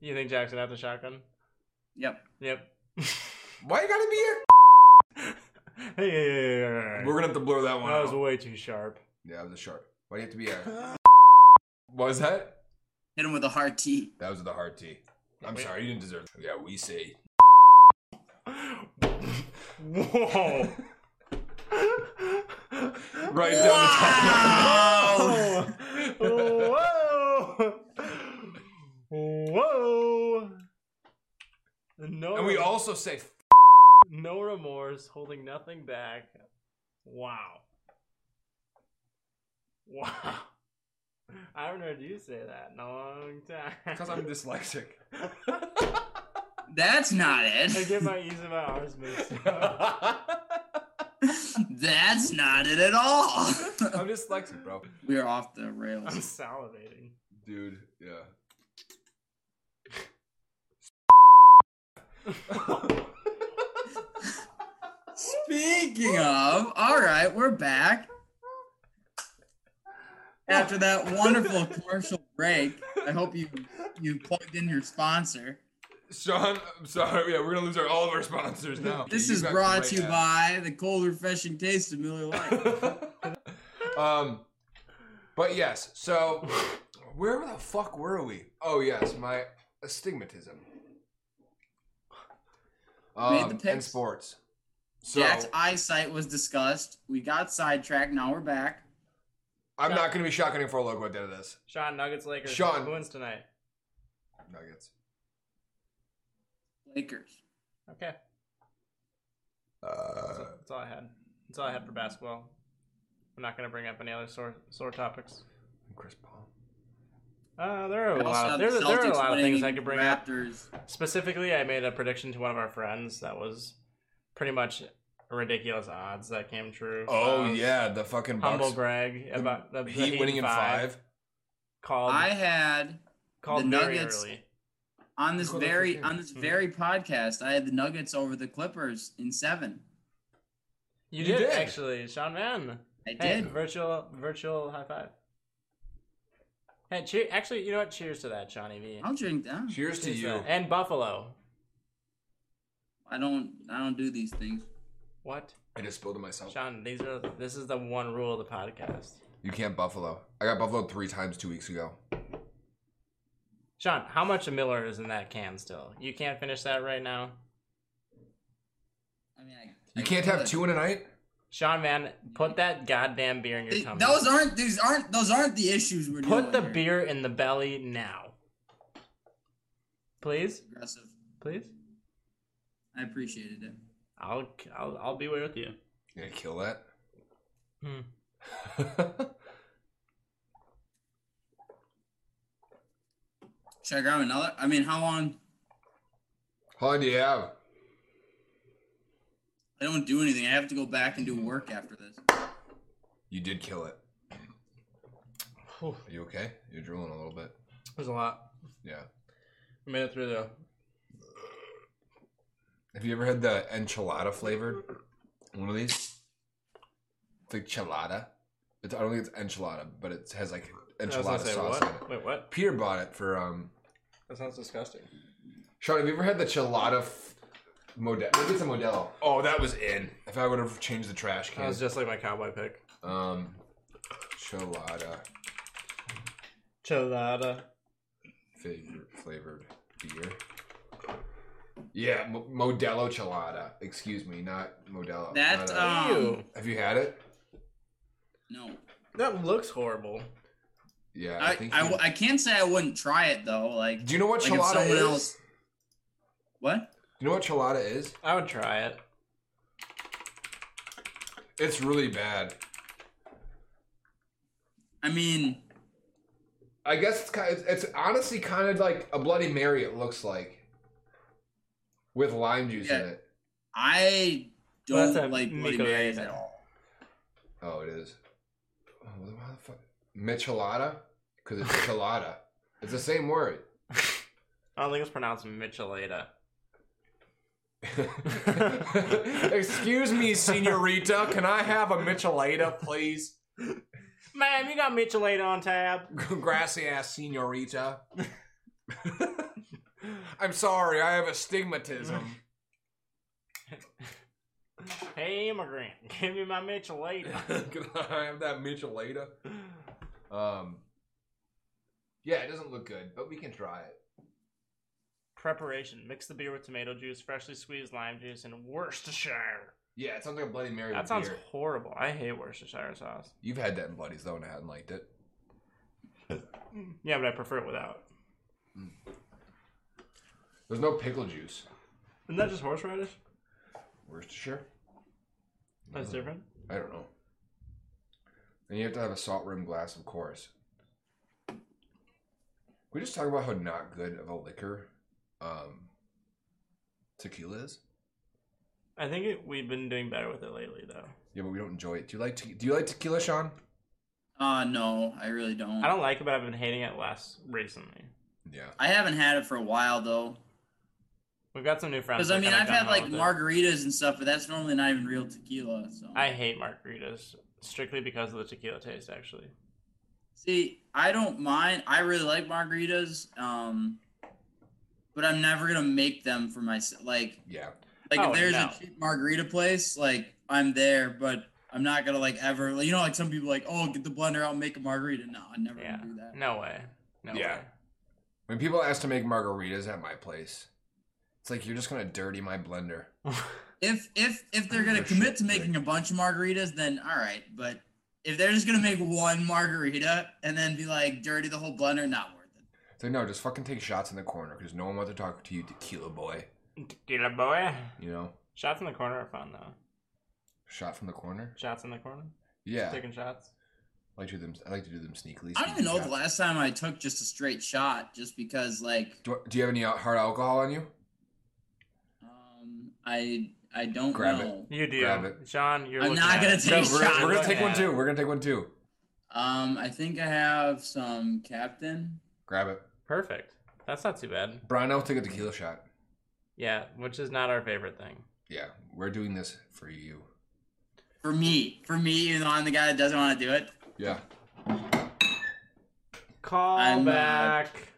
You think Jackson had the shotgun?
Yep.
Yep.
Why you gotta be here?
Hey, hey, hey, hey, hey, hey.
We're gonna have to blur that one
that was
out.
way too sharp.
Yeah, it was a shark. Why do you have to be a? What was that?
Hit him with a hard T.
That was the hard T. I'm
Wait.
sorry, you didn't deserve. It. Yeah, we say.
Whoa.
Right down the
Wow.
top.
Whoa. Whoa. No.
and we
remorse-
also say f-
no remorse, holding nothing back. Wow. Wow. I haven't heard you say that in a long time.
because I'm dyslexic.
That's not
I
it.
get my E's and my R's mixed up.
I'm
That's not it at all.
dyslexic, bro.
we are off the
I'm
rails.
salivating.
Dude, yeah.
Speaking of, all right, we're back. After that wonderful commercial break, I hope you you plugged in your sponsor.
Sean, I'm sorry. Yeah, we're gonna lose our, all of our sponsors now.
This
You
is
got
brought
great
to you
ads.
by the cold, refreshing taste of Miller Lite.
um, but yes. So, where the fuck were we? Oh yes, my astigmatism.
Made the
Um, and
picks.
sports. So
Jack's eyesight was discussed. We got sidetracked. Now we're back.
I'm not gonna be shotgunning for a logo at the end of this.
Sean Nuggets Lakers.
Sean.
Who wins tonight?
Nuggets.
Lakers.
Okay. That's,
Uh,
that's all I had. That's all I had for basketball. I'm not going to bring up any other sore, sore topics.
Chris Paul.
Uh, there are a
Also,
lot.
the
There, there are a
Celtics
lot of things I
winning,
could bring up.
Raptors.
Specifically, I made a prediction to one of our friends that was pretty much ridiculous odds that came true.
Oh
Uh,
yeah, the fucking
humble
Bucks.
brag
The
about the, the
Heat, winning in five.
Called
I had
called
the
very
Nuggets-
early.
on this
Cool, that's
very
the
on this
Mhm.
very podcast. I had the Nuggets over the Clippers in seven.
You,
You
did,
did.
actually, Sean Mann.
I
Hey,
did.
virtual virtual high five. Hey, cheer, actually, you know what? Cheers to that, Johnny V.
I'll drink down.
Cheers to
Cheers
you.
that. And Buffalo.
I don't. I don't do these things.
What,
I just spilled it myself.
Sean? These are this is the one rule of the podcast.
You can't Buffalo. I got Buffalo three times two weeks ago.
Sean, how much of Miller is in that can still? You can't finish that right now.
I mean, I,
You can't have two in a night.
Sean, man, put that goddamn beer in your
Th-
tummy.
Those aren't these aren't those aren't the issues we're
put
dealing
the
here.
beer in the belly now. Please,
Aggressive.
please.
I appreciated it.
I'll I'll I'll be with you.
You gonna kill that?
Hmm.
Should I grab another? I mean, how long?
How long do you have?
I don't do anything. I have to go back
Mm-hmm.
and do work after this.
You did kill it.
Whew,
Are you okay? You're drooling a little bit.
there's a lot.
Yeah.
We made it through though.
Have you ever had the enchilada flavored one of these? It's like chilada. It's, I don't think it's enchilada, but it has like
I was gonna
enchilada
say,
sauce in
what?
it.
Wait, what?
Peter bought it for um.
That sounds disgusting.
Sean, have you ever had the chilada f- Modelo? Maybe it's a Modelo. Oh, that was in. If I would have changed the trash
That
can.
was just like my cowboy pick.
Um, chilada
Chilada.
flavored, flavored beer. Yeah, Mo- Modelo chilada. Excuse me, not Modelo.
That,
Not a-
Um,
Ew.
have you had it?
No,
That looks horrible.
Yeah, I,
I
think.
I,
you-
w- I can't say I wouldn't try it though. Like
Do you know what
like if
chilada
someone
is?
else. What?
Do you know what chilada is?
I would try it.
It's really bad.
I mean,
I guess it's kind. Of, it's honestly kind of like a Bloody Mary. It looks like with lime juice in
Yeah.
it.
I
Well,
don't
that's a
like Bloody Marys
Michelada.
at all.
Oh, it is. Oh, why the fuck? Michelada? Because it's chilada. It's the same word.
I don't think it's pronounced Michelada.
Excuse me, senorita. Can I have a Michelada, please?
Ma'am, you got Mitchell Aid on tab.
Grassy ass senorita. I'm sorry, I have astigmatism.
Hey, immigrant, give me my Mitchell Aid.
Can I have that Michelada? Um, yeah, it doesn't look good, but we can try it.
Preparation: Mix the beer with tomato juice, freshly squeezed lime juice, and Worcestershire.
Yeah, it sounds like a Bloody Mary
That
with
sounds
beer.
horrible. I hate Worcestershire sauce.
You've had that in Bloodies though, and I hadn't liked it.
Yeah, but I prefer it without.
There's no pickle juice.
Isn't that just horseradish?
Worcestershire? Mm-hmm.
That's different.
I don't know. And you have to have a salt rim glass, of course. Can We just talk about how not good of a liquor um, tequila is.
I think it, we've been doing better with it lately, though.
Yeah, but we don't enjoy it. Do you like te- Do you like tequila, Sean?
Uh, no, I really don't.
I don't like it, but I've been hating it less recently.
Yeah.
I haven't had it for a while though,
We've got some new friends.
because
that
I mean
kinda
I've had
gung-ho
like
with it.
margaritas and stuff, but that's normally not even real tequila. So
I hate margaritas strictly because of the tequila taste. Actually,
see, I don't mind. I really like margaritas, um, but I'm never gonna make them for myself. Like,
Yeah.
like
Oh,
if there's
no.
a cheap margarita place, like I'm there, but I'm not gonna like ever. You know, like some people like, oh, get the blender out, and make a margarita. No, I never
yeah,
gonna do that.
no way, no
Yeah.
way.
When people ask to make margaritas at my place, it's like you're just gonna dirty my blender.
If if if they're gonna
For
commit
shit's
to making a bunch of margaritas, then all right. But if they're just gonna make one margarita and then be like dirty the whole blender, not worth it.
It's like no, just fucking take shots in the corner because no one wants to talk to you, tequila boy.
Tequila boy.
You know,
Shots in the corner are fun though.
shot from the corner.
Shots in the corner.
Yeah,
Taking shots.
I like to do them. I like to do them sneakily.
I don't even know
sneaky
the
shots.
last time I took just a straight shot, just because like
Do, do you have any uh, hard alcohol on you?
um, I I don't
Grab it.
know.
You do,
Grab it.
Sean. You're.
I'm
looking
not
at
gonna
it.
take
No,
Take
we're, gonna-
shots.
we're gonna take
Looking
one
at
too.
it.
We're gonna take one too.
Um, I think I have some Captain.
Grab it,
Perfect. That's not too bad.
Brian. I'll take a tequila shot.
Yeah, which is not our favorite thing.
Yeah, we're doing this for you.
For me, for me, even though I'm the guy that doesn't want to do it,
Yeah,
Call
I'm, uh,
back.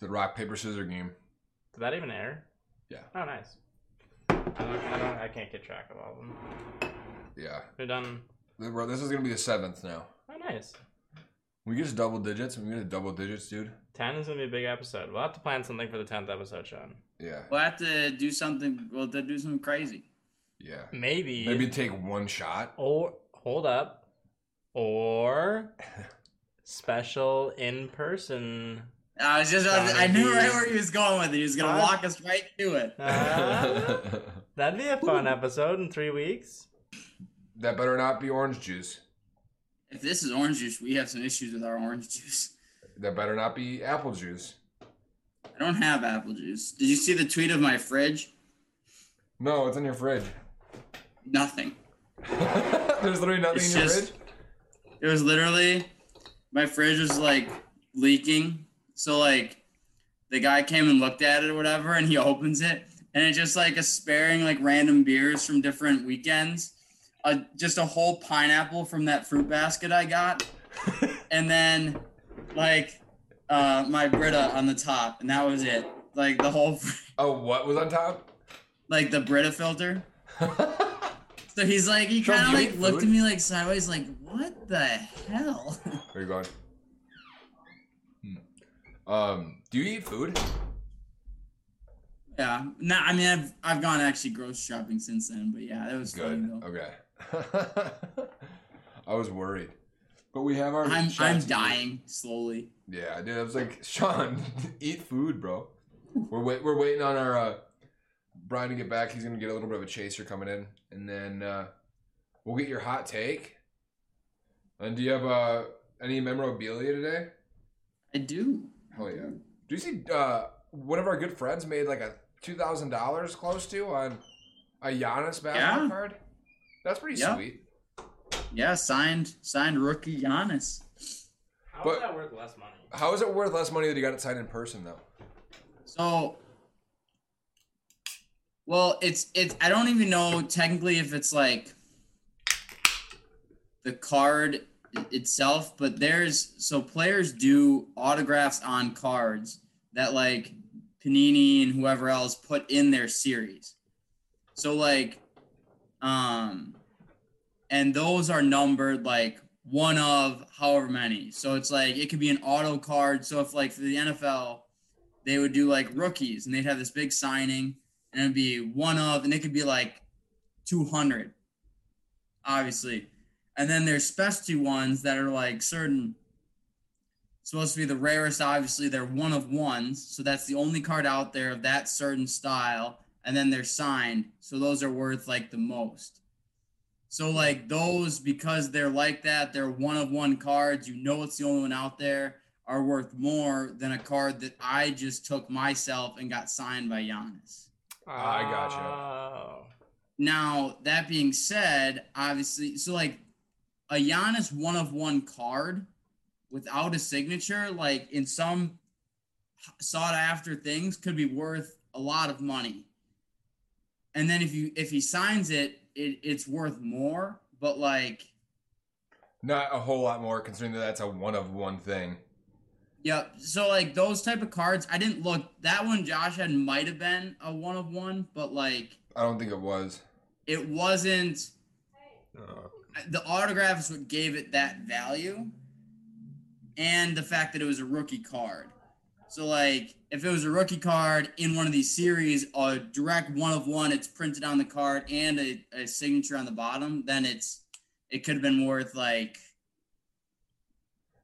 the rock paper scissor game.
Did that even air?
Yeah.
Oh, nice. I don't. I, don't, I can't get track of all of them.
Yeah,
We've done.
Th- bro, this is gonna be the seventh now.
Oh, nice.
We get to double digits. We get to double digits, dude.
Ten is gonna be a big episode. We'll have to plan something for the tenth episode, Sean.
Yeah,
we'll have to do something. We'll have to do something crazy.
yeah.
Maybe.
Maybe take one shot.
Or hold up. Or special in person.
I was just, I, was- I knew right where he was going with it. He was gonna
Huh?
walk us right to it.
Ah, that'd be a fun episode in three weeks.
That better not be orange juice.
If this is orange juice, we have some issues with our orange juice.
That better not be apple juice.
I don't have apple juice. Did you see the tweet of my fridge?
No, it's in your fridge.
Nothing.
There's literally nothing
It's
in your
just-
fridge.
It was literally my fridge was like leaking. So like the guy came and looked at it or whatever, and he opens it, and it's just like a sparing like random beers from different weekends. Uh, just a whole pineapple from that fruit basket I got, and then like uh, my Brita on the top, and that was it. Like the whole, fr-
Oh, what was on top?
like the Brita filter.
there
So he's like, he
Trump,
kind of
you
like
eat
looked
food?
at me like sideways, like, what the hell?
you go. Hmm. Um, do you eat food?
Yeah. No, I mean, I've I've gone actually grocery shopping since then, but yeah, that was funny
Good.
though.
Okay. I was worried, but we have our.
I'm
shots
I'm
here.
dying slowly.
Yeah, dude. I was like, Sean, eat food, bro. We're wait, we're waiting on our uh, Brian to get back. He's gonna get a little bit of a chaser coming in, and then uh, we'll get your hot take. And do you have uh, any memorabilia today?
I do.
Hell Oh, yeah. Do you see uh, one of our good friends made like a two thousand dollars close to on a Giannis basketball
Yeah.
card? That's pretty
Yeah.
sweet.
Yeah, signed signed rookie Giannis.
How
But-
is that worth less money?
How is it worth less money that he got it signed in person though?
So well, it's it's I don't even know technically if it's like the card itself, but there's so players do autographs on cards that like Panini and whoever else put in their series. So like um and those are numbered like one of however many. So it's like it could be an auto card. So if like for the NFL, they would do like rookies and they'd have this big signing and it'd be one of and it could be like 200 obviously. And then there's specialty ones that are like certain supposed to be the rarest obviously they're one of ones so that's the only card out there of that certain style and then they're signed so those are worth like the most so like those because they're like that they're one of one cards you know it's the only one out there are worth more than a card that I just took myself and got signed by Giannis.
I gotcha.
Oh.
Now, that being said, obviously, so like a Giannis one of one card without a signature, like in some sought after things, could be worth a lot of money. And then if you if he signs it, it it's worth more. But like,
Not a whole lot more, considering that that's a one of one thing.
yep. So like those type of cards, I didn't look. That one Josh had might have been a one of one, but like
I don't think it was.
it wasn't. Oh,
Uh,
the autograph is what gave it that value and the fact that it was a rookie card. So, like, if it was a rookie card in one of these series, a direct one of one, it's printed on the card and a, a signature on the bottom, then it's it could have been worth like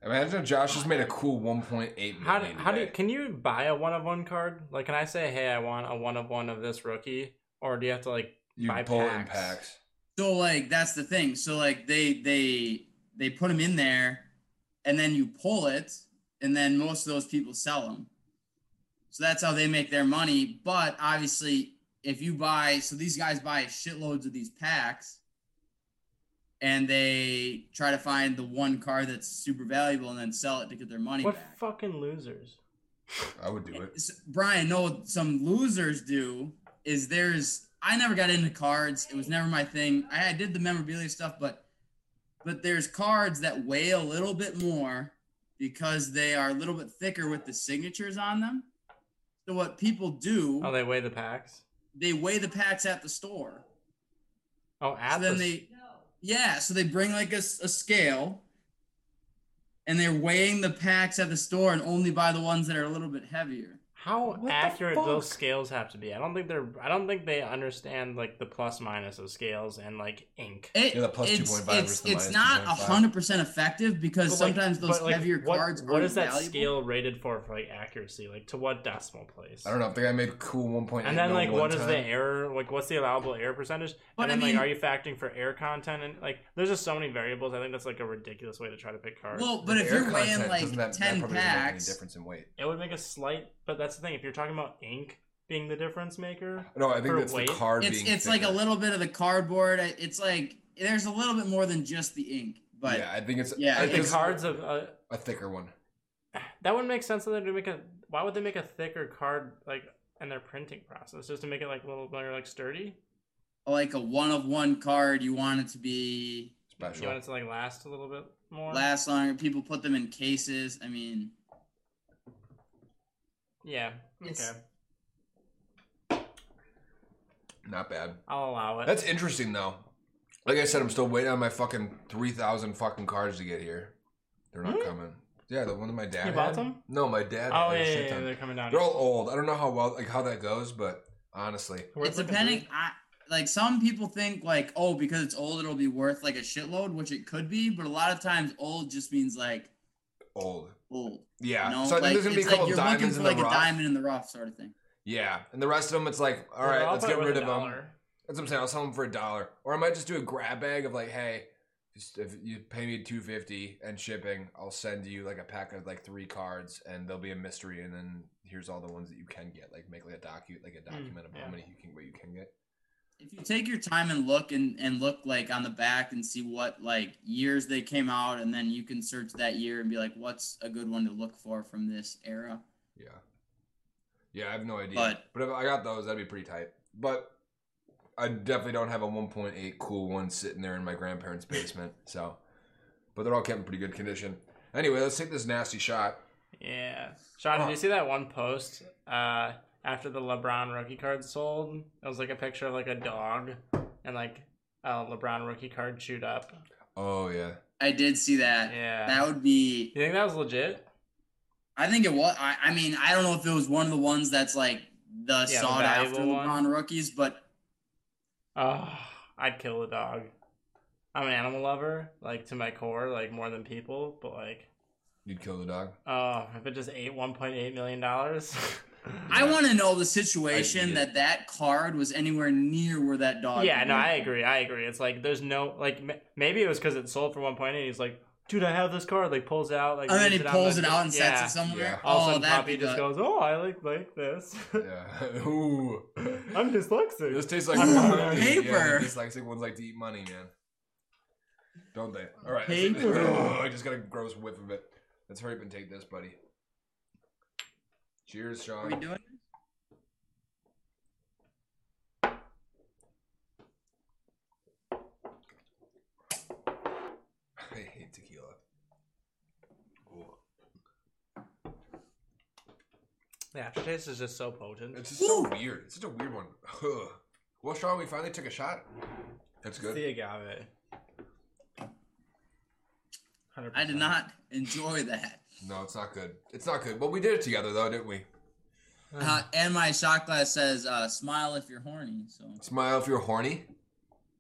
imagine if Josh just made a cool 1.8 million.
How do, how do you,
today.
can you buy a one of one card? Like, can I say, hey, I want a one of one of this rookie, or do you have to like?
you
buy
pull it in
packs?
packs?
so like that's the thing. So like they they they put them in there and then you pull it and then most of those people sell them. So that's how they make their money. But obviously, if you buy, so these guys buy shitloads of these packs and they try to find the one card that's super valuable and then sell it to get their money
What
back.
fucking losers?
I would do it.
So, Brian, no, what some losers do is there's I never got into cards. It was never my thing. I, I did the memorabilia stuff, but but there's cards that weigh a little bit more because they are a little bit thicker with the signatures on them. So what people do,
Oh, they weigh the packs.
they weigh the packs at the store.
Oh,
So
at
then
the
they, yeah, so they bring like a, s- a scale, and they're weighing the packs at the store and only buy the ones that are a little bit heavier.
How
What the
accurate those
fuck?
scales have to be? I don't think they're. I don't think they understand like the plus minus of scales and like ink.
It,
Yeah, the plus
it's,
2.5 versus
it's,
the
it's
minus
not
2.5.
hundred percent effective because
But, like-
sometimes those
but, like,
heavier
what-
cards
What
aren't
is that
valuable.
scale rated for for like accuracy? Like to what decimal place?
I don't know. I think I made a cool 1.8
And then
mil
like
one
what is
time.
the error? Like what's the allowable error percentage?
But
and
I
then
mean-
like are you factoring for air content and like there's just so many variables. I think that's like a ridiculous way to try to pick cards.
Well, but
The
if
air
you're weighing
content
like
doesn't have- that
ten
probably doesn't make any
packs,
difference in weight.
it would make a slight, but that's the thing. If you're talking about ink being the difference maker,
No, I think
For
that's
weight,
the card
it's
being.
it's like a
thicker.
little bit of the cardboard. It's like there's a little bit more than just the ink, but
yeah, I think it's
Yeah,
I
I
like
think
the
it's
cards of uh,
a thicker one.
that would make sense. That they'd make a. Why would they make a thicker card like in their printing process just to make it like a little more like sturdy?
like a one of one card, you want it to be
Special.
You want it to like last a little bit more.
last longer. People put them in cases. I mean,
yeah.
It's-
Okay.
Not bad.
I'll allow it.
That's interesting though. Like I said, I'm still waiting on my fucking three thousand fucking cards to get here. They're not
Hmm?
coming. Yeah, the one that my dad.
You bought
had.
them?
No, my dad.
oh
had
yeah,
a
yeah,
shit
yeah,
ton.
they're coming down.
They're all old. I don't know how well like how that goes, but honestly,
We're
it's
looking
depending.
through-
I like some people think like oh because it's old it'll be worth like a shitload, which it could be, but a lot of times old just means like
old.
old.
Yeah.
No,
so I
like,
think there's gonna be a
it's
couple
like you're looking
diamonds
for
in
like
the
a
rough.
diamond in the rough sort of thing.
Yeah, and the rest of them, it's like, all
Well,
right,
I'll
let's
buy
get
with
rid
a
of them.
dollar.
That's what I'm saying. I'll sell them for a dollar, or I might just do a grab bag of like, hey, just if you pay me two fifty and shipping, I'll send you like a pack of like three cards, and there'll be a mystery, and then here's all the ones that you can get. Like make like a docu, like a document of
yeah.
how many you can, what you can get.
If you take your time and look and, and look like on the back and see what like years they came out, and then you can search that year and be like, what's a good one to look for from this era?
Yeah, yeah, I have no idea, but,
But-
if I got those, that'd be pretty tight. But I definitely don't have a 1.8 cool one sitting there in my grandparents' basement, so but they're all kept in pretty good condition. Anyway, let's take this nasty shot.
Yeah. Sean,
Oh.
did you see that one post uh, after the LeBron rookie card sold? It was like a picture of like a dog and like a LeBron rookie card chewed up.
Oh yeah,
I did see that.
Yeah.
That would be.
you think that was legit?
I think it was. I, I mean, I don't know if it was one of the ones that's like the
the
sought after
valuable one.
LeBron rookies, but
Oh, I'd kill a dog. I'm an animal lover, like to my core, like more than people, but like,
you'd kill the dog.
oh, if it just ate $1.8 million.
I
Yeah.
want to know the situation
it.
that that card was anywhere near where that dog.
yeah, no,
went.
I agree. I agree. It's like there's no like m- maybe it was because it sold for one point eight. He's like, dude, I have this card. Like pulls it out, like
And then he
reaches
pulls
the-
it out and
yeah.
sets it somewhere.
Yeah.
All of a
Oh,
sudden,
that
Poppy just goes, oh, I like like this.
Yeah. Ooh.
I'm dyslexic.
This tastes like
I'm
money.
on
Yeah,
paper.
dyslexic ones like to eat money, man. Don't they? All right. Oh,
Paper.
I just got a gross whiff of it. Let's hurry up and take this, buddy. Cheers,
Are we
Sean.
doing?
I hate tequila. Ooh.
the aftertaste is just so potent.
It's just so weird. It's such a weird one. Ugh. well, Sean, we finally took a shot. That's
It's the
good.
agave. 100%.
I did not enjoy that.
No, it's not good. It's not good. But we did it together, though, didn't we?
Uh, and my shot glass says, uh, "Smile if you're horny." So
Smile if you're horny.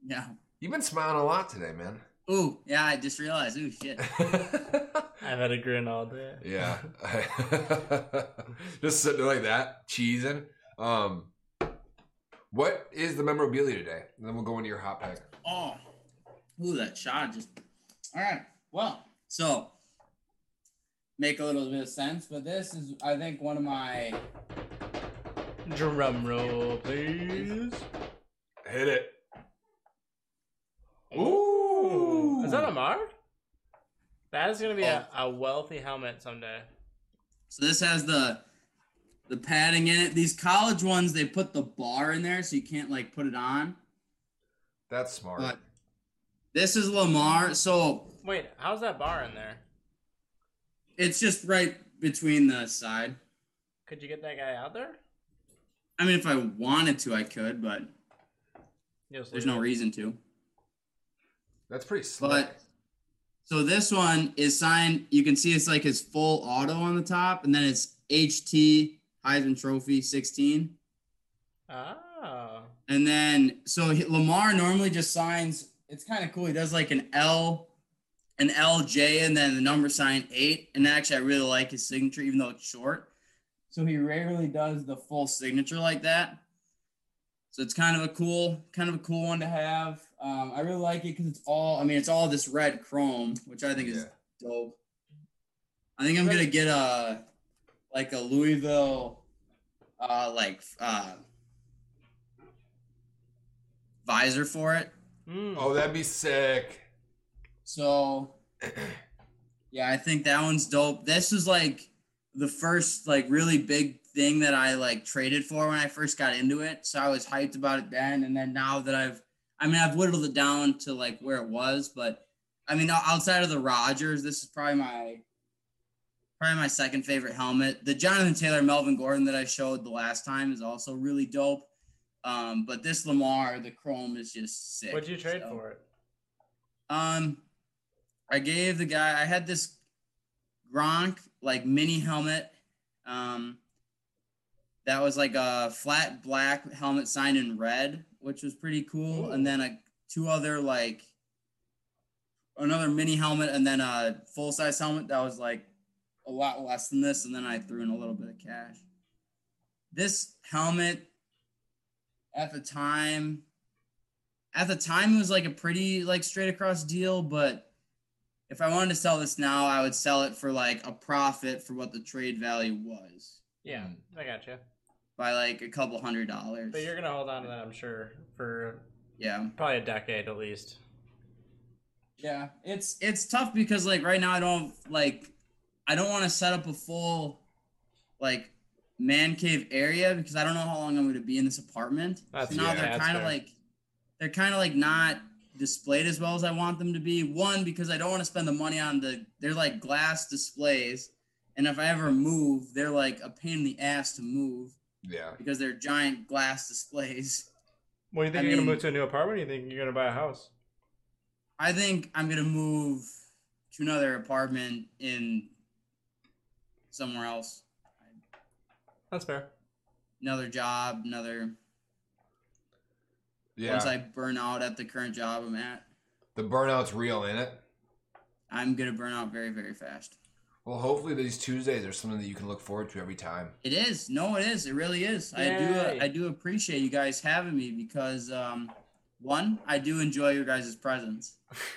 yeah.
You've been smiling a lot today, man.
Ooh, yeah. I just realized. Ooh, shit.
I've had a grin all day.
Yeah. Just sitting there like that, cheesing. Um, what is the memorabilia today? And then we'll go into your hot pack.
Oh, ooh, that shot just. All right. Well, so make a little bit of sense, but this is, I think, one of my.
Drum roll, please.
Hit it. Ooh.
Is that a Mar? That is gonna be a, a wealthy helmet someday.
So this has the the padding in it. These college ones, they put the bar in there, so you can't like put it on.
That's smart.
But- This is Lamar, so
Wait, how's that bar in there?
it's just right between the side.
Could you get that guy out there?
I mean, if I wanted to, I could, but
Yes,
there's
leave
no
it.
reason to.
That's pretty slick.
But so this one is signed. You can see it's like his full auto on the top, and then it's HT Heisman Trophy 16.
Oh.
And then so he- Lamar normally just signs. It's kind of cool. He does like an L, an LJ, and then the number sign eight. And actually, I really like his signature, even though it's short. So he rarely does the full signature like that. So it's kind of a cool, kind of a cool one to have. Um, I really like it because it's all. I mean, it's all this red chrome, which I think is
yeah.
dope. I think I'm gonna get a like a Louisville, uh, like uh, visor for it.
Mm.
Oh, that'd be sick.
So yeah, I think that one's dope. This is like the first like really big thing that I like traded for when I first got into it. So I was hyped about it then, and then now that I've, I mean, I've whittled it down to like where it was, but I mean, o- outside of the Rogers, this is probably my, probably my second favorite helmet. The Jonathan Taylor Melvin Gordon that I showed the last time is also really dope. Um, but this Lamar, the Chrome is just sick.
What'd you trade
So-
for it?
um, I gave the guy. I had this Gronk like mini helmet. Um, that was like a flat black helmet signed in red, which was pretty cool. And then a two other like another mini helmet, and then a full size helmet that was like a lot less than this. And then I threw in a little bit of cash. This helmet at the time at the time it was like a pretty like straight across deal but if i wanted to sell this now i would sell it for like a profit for what the trade value was
Yeah,
Mm.
Hmm.
I got you.
by like a couple hundred dollars
But you're gonna hold on to that, I'm sure, for
yeah
probably a decade at least.
yeah it's it's tough because like right now i don't like i don't want to set up a full like man cave area because i don't know how long i'm going to be in this apartment
That's
so now
yeah,
they're
that's
kind of
fair.
like they're kind of like not displayed as well as I want them to be. One, because I don't want to spend the money on the they're like glass displays. And if I ever move, they're like a pain in the ass to move
Yeah.
because they're giant glass displays.
Well, you think
I
you're gonna
mean-
move to a new apartment? Or you think you're gonna buy a house?
I think I'm gonna move to another apartment in somewhere else.
That's fair.
Another job, another
Yeah.
once I burn out at the current job I'm at,
the burnout's real, ain't it?
I'm gonna burn out very, very fast.
Well, hopefully these Tuesdays are something that you can look forward to every time.
It is. No, it is. It really is. I
Yay.
do. uh, I do appreciate you guys having me because um, one, I do enjoy your guys' presence,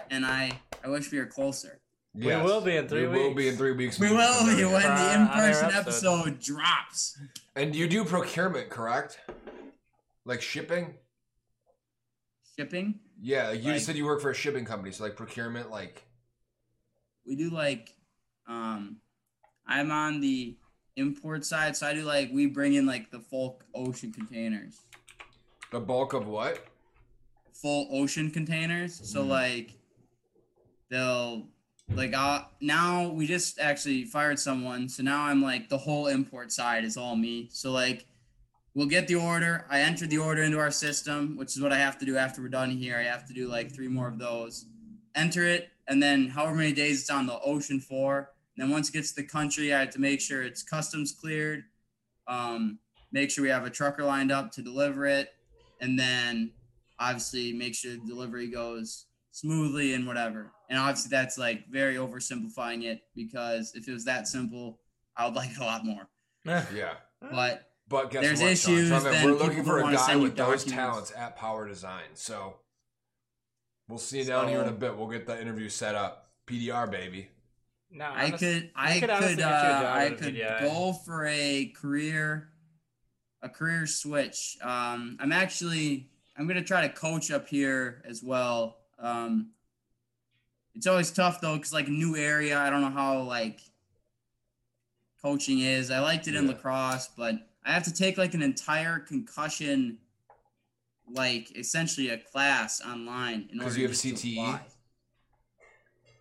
and I I wish we were closer.
Yes.
We will be in
we
three weeks.
will be in three weeks.
We will be
Conversion.
when
For
the
our
in-person
other episode.
episode drops.
And you do procurement, correct? Like shipping?
Shipping.
Yeah, like you
Like-
said you work for a shipping company, so like procurement, like
we do like um i'm on the import side so i do like we bring in like the full ocean containers
the bulk of what?
full ocean containers so
Mhm.
like they'll like uh now we just actually fired someone so now i'm like the whole import side is all me so like we'll get the order i enter the order into our system which is what i have to do after we're done here i have to do like three more of those enter it and then however many days it's on the ocean for and then once it gets to the country i have to make sure it's customs cleared um, make sure we have a trucker lined up to deliver it and then obviously make sure the delivery goes smoothly and whatever. And obviously that's like very oversimplifying it because if it was that simple, I would like it a lot more.
Yeah.
But
But guess
There's
what? Sean?
issues,
Sean,
then
we're looking
people
for a
wanna
guy
send you
with those
documents.
talents at Power Design. So we'll see you down
So-
here in a bit. We'll get the interview set up. PDR baby.
no,
I
honestly-
could I
could
could
honestly get you a
uh,
job
I
at a
could
PDI.
go for a career a career switch. Um, I'm actually I'm gonna try to coach up here as well. Um, it's always tough though because like new area I don't know how like coaching is. I liked it in
Yeah.
lacrosse, but I have to take like an entire concussion like essentially a class online in
'Cause
order
you have E?
just
CTE?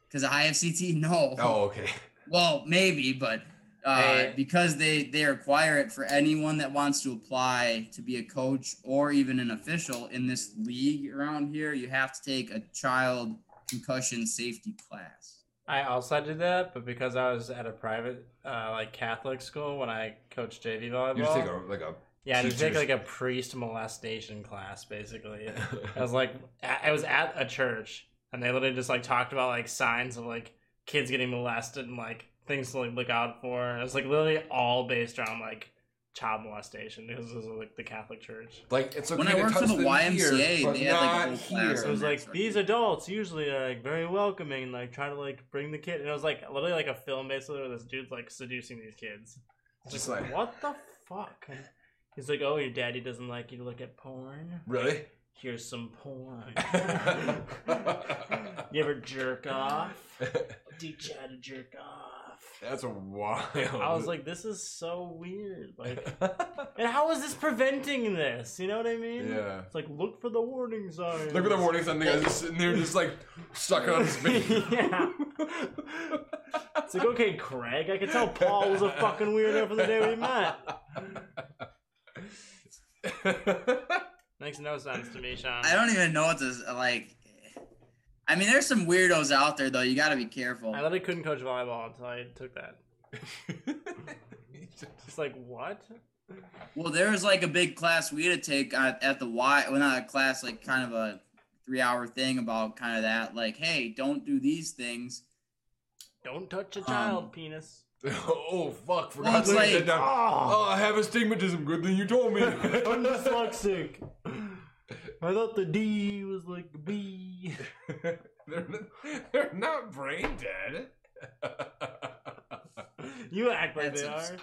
Because I have CTE, no.
Oh, okay.
Well, maybe, but uh,
Hey.
because they they require it for anyone that wants to apply to be a coach or even an official in this league around here, you have to take a child concussion safety class.
I also did that, but because I was at a private, uh, like Catholic school when I coached JV volleyball.
You just take a like a
yeah, I just take
teacher's-
like a priest molestation class, basically. I was like, I I was at a church, and they literally just like talked about like signs of like kids getting molested and like things to like look out for. And it was like literally all based around like child molestation because it was like the Catholic church.
like it's okay
When I
to
worked for
touch
the
them
YMCA,
here, but
they had, like,
not
a
here.
whole class
So it was
on that
like
sort of
these
thing.
adults usually are like very welcoming, like try to like bring the kid. And it was like literally like a film basically where this dude's like seducing these kids. It's
Just
like,
like-
what the fuck? And he's like, oh, your daddy doesn't like you to look at porn.
Really?
Here's some porn. you ever jerk off? Teach you how to jerk off.
That's a wild.
I was like, this is so weird. Like, and how is this preventing this? You know what I mean?
yeah.
It's like look for the warning signs.
Look at the warning sign. They're just sitting there, just like stuck on his face.
yeah. It's like, okay, Craig, I could tell Paul was a fucking weirdo from the day we met. Makes no sense to me, Sean.
I don't even know what to like. I mean, there's some weirdos out there though. You got to be careful.
I literally couldn't coach volleyball until I took that. It's like, what?
Well, there was like a big class we had to take at, at the Y. Well, not a class, like kind of a three-hour thing about kind of that. Like, hey, don't do these things.
Don't touch a
Um,
child, penis.
oh fuck! Forgot
Well, it's
to
like-
take that down. Oh,
Oh,
I have astigmatism. Good thing you told me.
I'm dyslexic. I thought the D was like the B.
they're, they're not brain dead.
You act like
That's
they
abs-
are.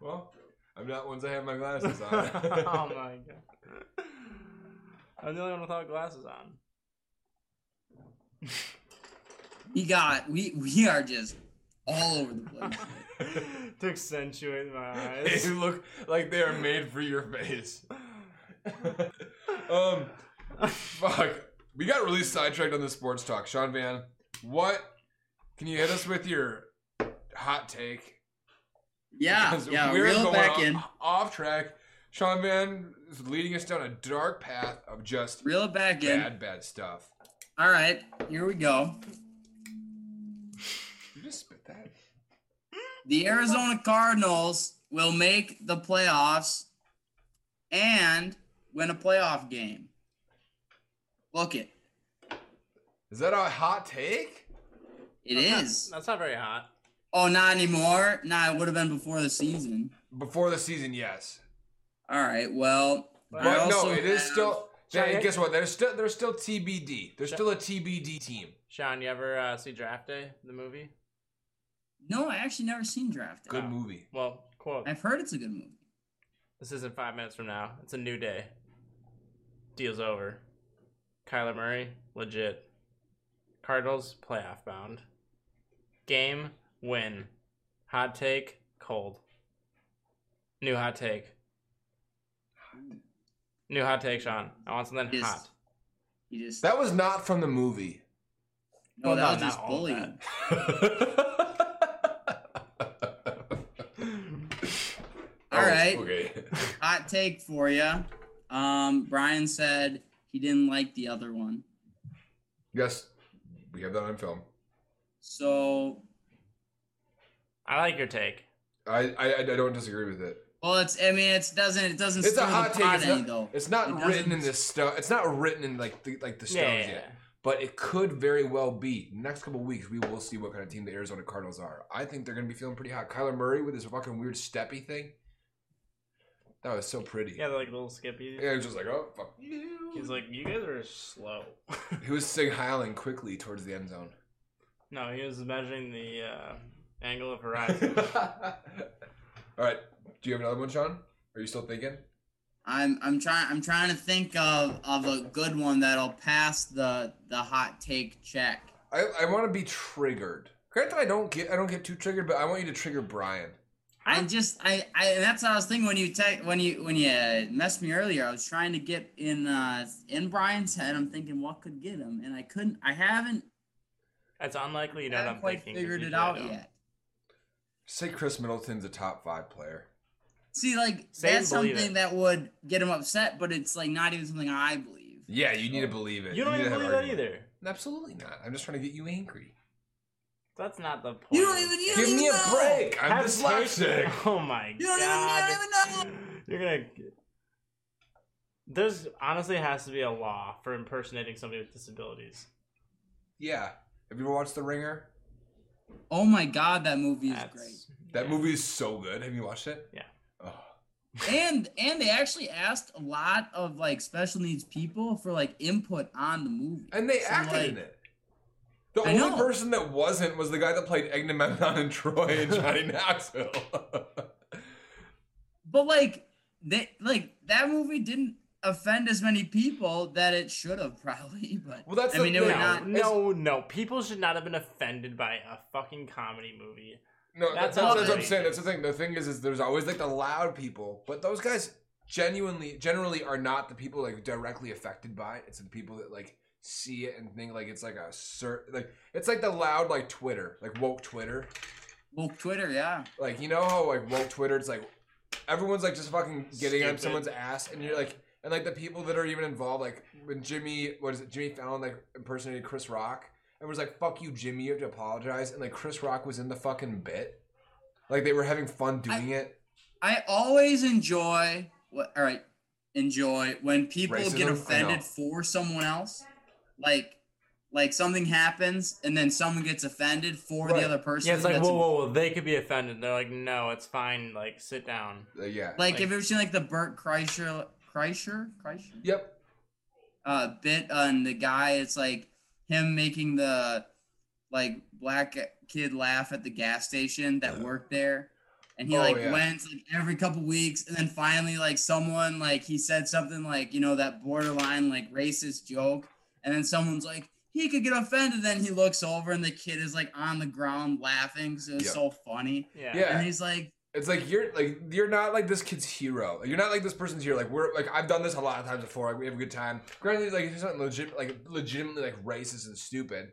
well, I'm not once I have my glasses on.
oh my god. I'm the only one without glasses on.
He got we we are just all over the place.
to accentuate my
they
eyes.
look like they are made for your face. um, fuck. We got really sidetracked on the sports talk. Sean Van, what can you hit us with your hot take?
Yeah,
Because
yeah. Reel it back
off,
in.
off track. Sean Van is leading us down a dark path of just
Reel it back in.
bad, bad stuff.
All right, here we go.
You just spit that.
The Arizona Cardinals will make the playoffs and win a playoff game. Look it.
Is that a hot take?
It
That's not-
is.
that's not very hot.
Oh, not anymore. Nah, it would have been before the season.
Before the season, yes.
All right. Well,
But
But no,
also
it is
have-
still.
Sean,
Hey,
you-
guess what? There's still there's still TBD. There's
Sean-
still a TBD team.
Sean, you ever uh, see Draft Day, the movie?
No, I actually never seen Draft Day.
Good
Wow.
movie.
Well, quote,
I've heard it's a good movie.
this isn't five minutes from now. It's a new day. Deal's over. Kyler Murray, legit. Cardinals, playoff bound. Game, win. Hot take, cold. New hot take. New hot take, Sean. I want something
Yes.
hot.
He just
That was not from the movie.
no,
well,
that
no,
was
not
just
all
bullying.
that.
All
All
right.
right.
Okay.
Hot take for you. Um, Brian said he didn't like the other one.
Yes, we have that on film.
So,
I like your take.
I I, I don't disagree with it.
well, it's. I mean, it's doesn't. It doesn't.
It's a
stir the
hot take.
pot
It's
any,
not,
though.
it's not
It doesn't-
written in the stone. It's not written in like the, like the stones
Yeah.
yet. But it could very well be. Next couple weeks, we will see what kind of team the Arizona Cardinals are. I think they're going to be feeling pretty hot. Kyler Murray with his fucking weird steppy thing. That was so pretty.
Yeah, they're like little Skippy.
Yeah, he was just like, oh fuck you.
He's like, you guys are slow.
he was sing howling quickly towards the end zone.
no, he was measuring the uh, angle of horizon.
All right. Do you have another one, Sean? Are you still thinking?
I'm. I'm trying. I'm trying to think of of a good one that'll pass the the hot take check.
I, I want to be triggered. Granted, I don't get I don't get too triggered, but I want you to trigger Brian.
I just. I. I. And that's what I was thinking when you te- when you when you messed me earlier. I was trying to get in uh in Brian's head. I'm thinking what could get him, and I couldn't. I haven't.
That's unlikely. You know what
haven't
I'm
quite
thinking. 'cause
figured it
usually I
out
don't.
yet.
Say Chris Middleton's a top five player.
See, like
Say
that's
and believe
something
it.
that would get him upset, but it's like not even something I believe.
Yeah, you need to believe it.
You don't
need
even
to have
believe that
argument.
either.
Absolutely not. I'm just trying to get you angry.
That's not the point.
You don't even. You don't
Give
even
me a
know.
break. I'm
Have
dyslexic.
take- Oh my
You don't even-
god.
you don't
You're gonna. There's honestly has to be a law for impersonating somebody with disabilities.
Yeah. Have you ever watched The Ringer?
Oh my god, that movie is
That's
That
yeah.
movie is so good. Have you watched it?
Yeah.
Oh.
great. And and they actually asked a lot of like special needs people for like input on the movie.
And they
So,
acted in
like,
it. The
I
only
know.
person that wasn't was the guy that played Egnomemnon and Troy and Johnny Knoxville.
But like they like that movie didn't offend as many people that it should have probably. But
well, that's
I
the
mean, it
thing.
would
No,
not-
no, no. People should not have been offended by a fucking comedy movie.
No, that's,
That's
that's,
all
what I'm
right.
saying. That's the thing. The thing is, is there's always like the loud people, but those guys genuinely, generally are not the people like directly affected by it. It's the people that like see it and think like it's like a cert, like it's like the loud like Twitter, like woke Twitter.
well, Twitter, yeah.
Like you know how like woke Twitter, it's like everyone's like just fucking getting on
Stupid.
someone's ass, and you're like, and like the people that are even involved, like when Jimmy, what is it, Jimmy Fallon like impersonated Chris Rock, and was like, "Fuck you, Jimmy, you have to apologize," and like Chris Rock was in the fucking bit, like they were having fun doing it.
I always enjoy what all right, enjoy when people
Racism? I
get
know.
offended for someone else. Like like something happens and then someone gets offended for
Right.
the other person.
Yeah, it's like
that's-
whoa, whoa, whoa. They could be offended. They're like, no, it's fine. Like, sit down.
Uh, yeah.
Like,
like-
have you ever seen like the Burt Kreischer Kreischer Kreischer
Yep.
uh bit on the guy it's like him making the like black kid laugh at the gas station that
Yeah.
worked there and he
Oh,
like
yeah.
went like every couple weeks and then finally like someone like he said something like you know that borderline like racist joke and then someone's like he could get offended then he looks over and the kid is like on the ground laughing because it was
Yeah.
so funny
Yeah.
Yeah.
and he's like
It's like you're like you're not like this kid's hero. You're not like this person's hero. Like we're like I've done this a lot of times before. Like we have a good time. Granted, like if there's something legit like legitimately like racist and stupid,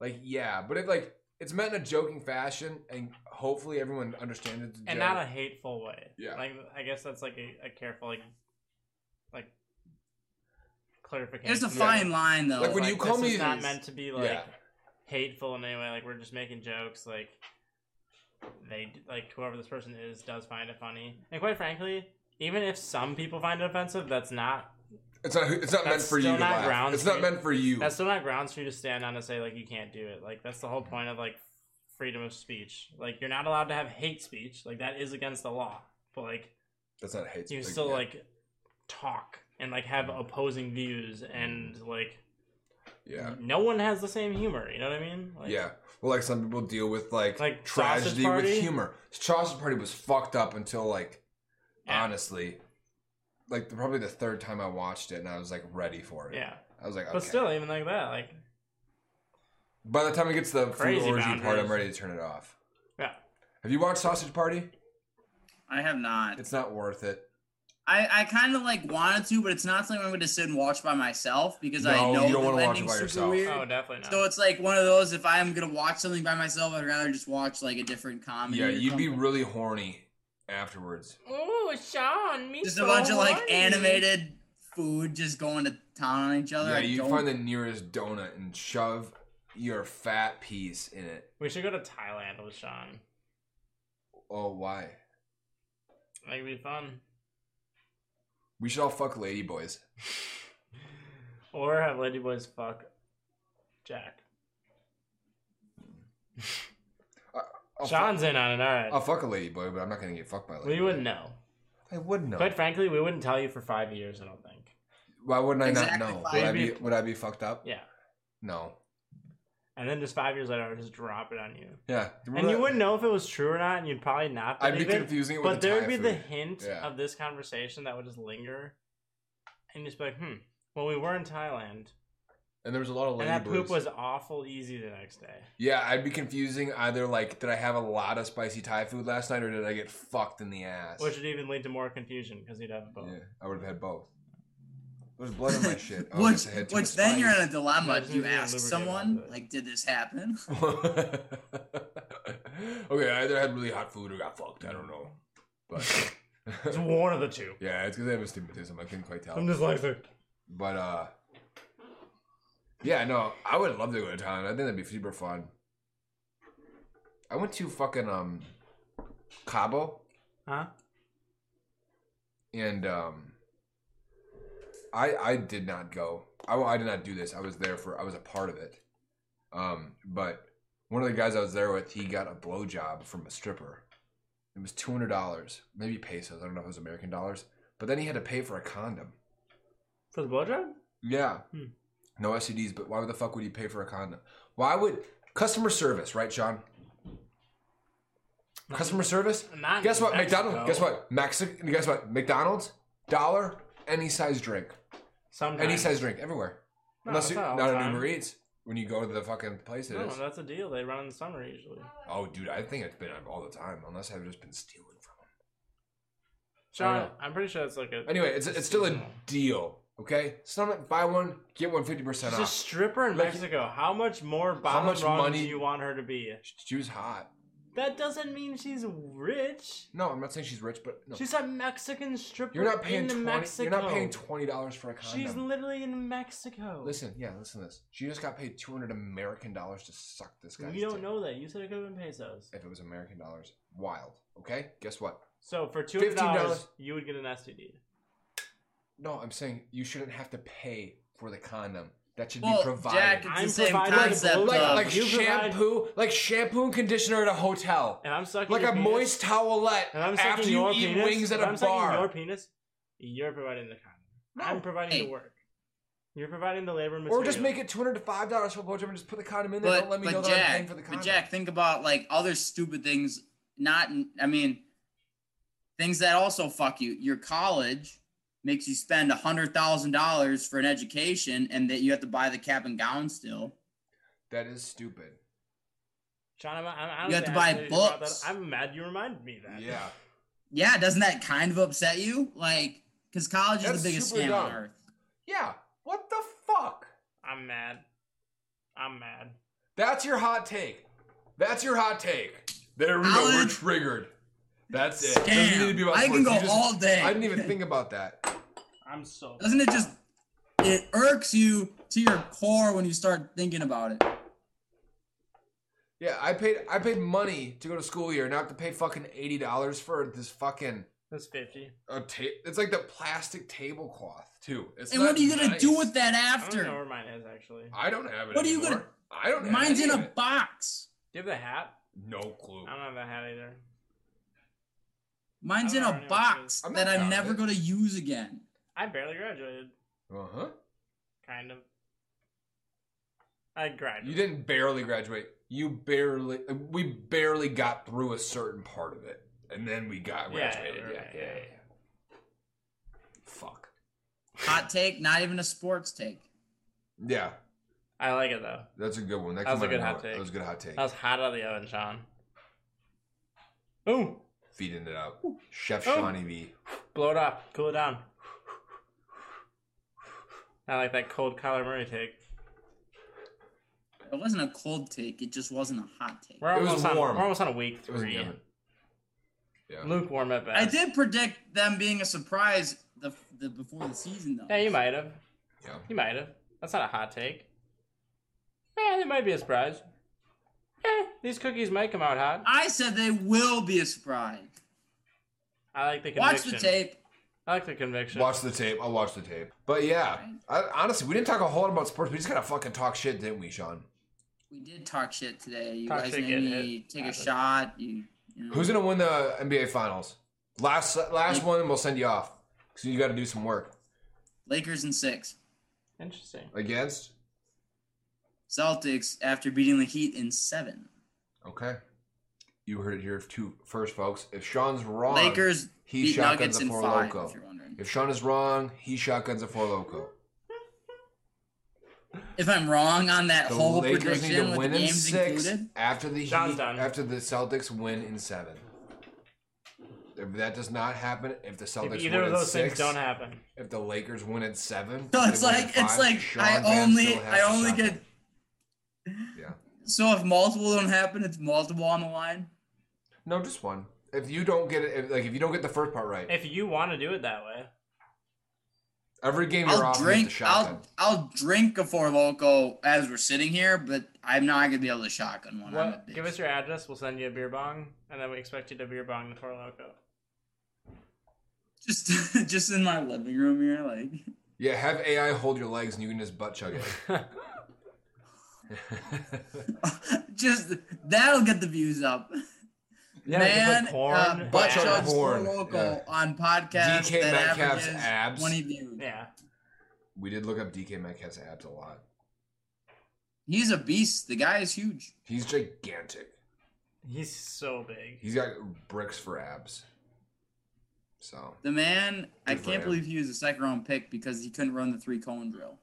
like yeah. But if like it's meant in a joking fashion, and hopefully everyone understands it's a
and
joke.
not a hateful way.
Yeah.
Like I guess that's like a, a careful like like clarification.
It's a fine line though.
Like, when you
Like,
call
this
me
is not
these-
meant to be like
Yeah.
hateful in any way. Like we're just making jokes. Like they like whoever this person is does find it funny. And quite frankly, even if some people find it offensive, that's not
It's not. It's not meant
That's
for you
still
to
not
laugh.
grounds
it's not
for-
meant for you.
that's still not grounds for you to stand on and say like you can't do it. Like that's the whole point of like freedom of speech. Like you're not allowed to have hate speech. Like that is against the law. But like
That's not hate.
you can
speech.
still
yeah. Mm-hmm.
like talk and like have opposing views and like
Yeah.
no one has the same humor. You know what I mean? Like,
yeah. Well, like some people deal with like,
Like Sausage
tragedy
Party?
with humor. Sausage Party was fucked up until like
Yeah.
honestly, like the, probably the third time I watched it, and I was like ready for it.
Yeah.
I was like, okay.
But still, even like that, like
By the time it gets to the food
Crazy
orgy part,
boundaries.
I'm ready to turn it off.
yeah,
Have you watched Sausage Party?
I have not.
It's not worth it.
I, I kind of like wanted to, but it's not something I'm going to sit and watch by myself because I
No,
know
you don't
the
wanna watch it
ending's
by
super
yourself.
weird.
oh, definitely not.
So it's like one of those. If I'm gonna watch something by myself, I'd rather just watch like a different comedy.
Yeah,
or
you'd be
something.
really horny afterwards.
Ooh, Sean, me
just a bunch of like animated food just going to town on each other.
Yeah,
I
you
don't-
find the nearest donut and shove your fat piece in it.
We should go to Thailand with Sean.
Oh, why?
Like, it'd be fun.
We should all fuck ladyboys.
Or have Ladyboys fuck Jack.
I'll
Sean's in on it. All
Oh, Fuck, Oh,
right,
I'll fuck a ladyboy, but I'm not gonna get fucked by a ladyboy.
we wouldn't know.
I would know.
Quite frankly, we wouldn't tell you for five years. I don't think.
Why wouldn't I
Exactly
not know?
five
Would I be
years.
would I be fucked up?
Yeah,
No.
and then just five years later, I would just drop it on you.
Yeah.
and
Remember
you
that?
wouldn't know if it was true or not, and you'd probably not.
I'd be
believe it,
confusing it with
But there would
Thai
be
food.
the hint
Yeah.
of this conversation that would just linger, and you'd just be like, "Hmm." Well, we were in Thailand,
And there was a lot of
and that
ladyboys.
poop was awful easy the next day.
yeah, I'd be confusing either like did I have a lot of spicy Thai food last night or did I get fucked in the ass?
Which would even lead to more confusion because you'd have both.
yeah, I would have had both. There's blood in my shit. Oh, I
which
guess I had too
which
much
then you're in
spice.
a dilemma.
Yeah,
Do you
yeah,
ask
lubricate
someone
up, but-
like, did this happen?
okay, I either had really hot food or got fucked. I don't know, but
It's one of the two.
yeah, it's because I have astigmatism. I couldn't quite tell.
I'm just like, the-
But uh, yeah, no, I would love to go to Thailand. I think that'd be super fun. I went to fucking um, Cabo
huh?
and um, I I did not go. I, I did not do this. I was there for. I was a part of it. Um, but one of the guys I was there with, he got a blowjob from a stripper. It was two hundred dollars, maybe pesos. I don't know if it was American dollars. But then he had to pay for a condom.
For the blowjob?
Yeah.
Hmm.
No STDs, but why the fuck would you pay for a condom? Why would customer service, right, Sean? Customer service?
Hmm. Not in
Guess what,
Mexico.
McDonald's? Guess what, Mexican? Guess what, McDonald's? Dollar, any size drink,
Sometimes.
any size drink, everywhere.
No,
Unless
it's
you
not all
not
the
on
time.
Uber Eats. When you go to the fucking place, it is.
No, that's a deal. They run in the summer usually.
Oh, dude, I think it's been up all the time. Unless I've just been stealing from them.
Sean,
know.
I'm pretty sure it's like a.
Anyway, it's it's still a
Seasonal.
deal. Okay, Some buy one, get one fifty percent
She's a
off.
stripper in
Like-
Mexico. How much more bottom
much
rung
money-
do you want her to be?
She was hot.
That doesn't mean she's rich.
No, I'm not saying she's rich, but no.
She's a Mexican stripper.
You're not paying
in
twenty.
Mexico.
You're not paying twenty dollars for a condom.
She's literally in Mexico.
listen, yeah, listen to this. She just got paid two hundred American dollars to suck this guy's.
you don't
dick.
know that. You said it could have been pesos.
if it was American dollars. Wild. Okay, guess what?
So for two hundred dollars,
$15.
you would get an STD.
No, I'm saying you shouldn't have to pay for the condom. That should be
Well, Jack,
provided.
it's
I'm
the same
providing
concept.
the
of-
like
uh,
like
you provide-
shampoo, like shampoo and conditioner at a hotel,
And I'm sucking
like
your
a
penis,
moist towelette
And I'm sucking
after you
your
eat
penis,
wings at
if
a
I'm sucking Your
bar.
penis. You're providing the condom. I'm
No,
providing
hey.
the work. You're providing the labor. and Material.
Or just make it two hundred to five dollars for a blowjob and just put the condom in there.
but
don't let me know
but
that I'm paying
Jack,
for the condom.
but Jack, think about like other stupid things. Not, in- I mean, things that also fuck you. Your college makes you spend a hundred thousand dollars for an education, and that you have to buy the cap and gown still.
that is stupid.
John, I'm, I'm honestly
You have to buy
actually brought
books.
That, I'm mad you reminded me of that.
Yeah.
Yeah, doesn't that kind of upset you? Like, because college is
That's
the biggest
super
scam on
dumb.
earth.
Yeah. What the fuck?
I'm mad. I'm mad.
That's your hot take. That's your hot take. There we go. We're
College-
triggered. That's it. Doesn't need to be
Scam.
about
I can
sports.
go
You just-
all day.
I didn't even think about that.
I'm so.
Doesn't it just it irks you to your core when you start thinking about it?
Yeah, I paid I paid money to go to school here, not to pay fucking eighty dollars for this fucking
That's fifty.
a ta- It's like the plastic tablecloth too. It's
And what
not
are you gonna do
nice.
with that
I don't know
after?
where mine is actually. Do
I don't have it.
What are you gonna-
anymore. I don't. Have
Mine's
any
in
of
a
it.
box.
you have the hat?
No clue.
I don't have the hat either.
Mine's
I
in
don't know
a
what it
box
is.
I'm not
that
proud
I'm
of
never
it.
gonna use again.
I barely graduated,
Uh huh.
kind of. I graduated.
You didn't barely graduate. You barely. We barely got through a certain part of it, and then we got
Yeah,
graduated. Yeah,
right,
yeah, yeah.
yeah.
yeah. Fuck.
Hot take, not even a sports take.
Yeah,
I like it though.
that's a good one. That,
That
came
was a
out
good
of
hot
nowhere. That
take.
was a good hot take.
That was hot out of the oven, Sean. Ooh,
Feeding it up. Chef
Oh.
Shawnee V.
blow it up, cool it down. I like that cold Kyler Murray take.
It wasn't a cold take. It just wasn't a hot take.
We're
It was
almost on.
warm.
We're almost on a week
It was
three.
different. Yeah.
Lukewarm at best.
I did predict them being a surprise the, the before the season though.
Yeah, you might have.
Yeah.
You might have. That's not a hot take. Eh, it might be a surprise. Eh, these cookies might come out hot.
I said they will be a surprise.
I like the
Watch
conviction.
the tape.
I like the conviction.
Watch the tape. I'll watch the tape. But yeah,
Right.
I, honestly, we didn't talk a whole lot about sports. We just kind of fucking talk shit, didn't we, Sean?
We did talk shit today. You
Talk
guys
shit,
made
get
me
hit.
take a
Happens.
shot. You, you know.
Who's gonna win the NBA Finals? Last last one, and we'll send you off because you got to do some work
Lakers in six.
Interesting.
against.
Celtics after beating the Heat in seven.
Okay, you heard it here too, first, folks. If Sean's wrong,
Lakers
he
beat
shotguns
Nuggets
a
in
four
five.
loco.
If you're wondering.
If Sean is wrong, he shotguns a four loco.
If I'm wrong on that
The
whole
Lakers need to
prediction with the
win in
games
six
included,
after the Heat,
Sean's done.
after the Celtics win in seven. If that does not happen, if the Celtics
If
win
either of
in
those
six,
things don't happen,
if the Lakers win at seven.
so
they
it's
win at
like it's
five,
like
Sean
I
Van
only
still has
I
to
only
shop
get.
them. Yeah.
So if multiple don't happen, it's multiple on the line.
No, just one. If you don't get it, if, like if you don't get the first part right,
if you want to do it that way,
every game you're
I'll
off, you
drink.
get the
I'll
shotgun.
I'll drink a four loco as we're sitting here, but I'm not gonna be able to shotgun one. I'm a
what,
bitch.
give us your address. We'll send you a beer bong, and then we expect you to beer bong the Four Loco.
just just in my living room here, like
Yeah, have AI hold your legs and you can just butt chug it.
just that'll get the views up.
Yeah,
Man,
just like porn,
uh, butt
Butt
ass.
chug
chugs for
porn,
local
yeah.
on podcast
DK
that
Metcalf's
averages
abs.
20 views.
Yeah,
we did look up DK Metcalf's abs a lot.
He's a beast. The guy is huge.
He's gigantic.
he's so big.
He's got bricks for abs. So
The man, I
Good for
can't
him.
believe he was a second round pick because he couldn't run the three cone drill.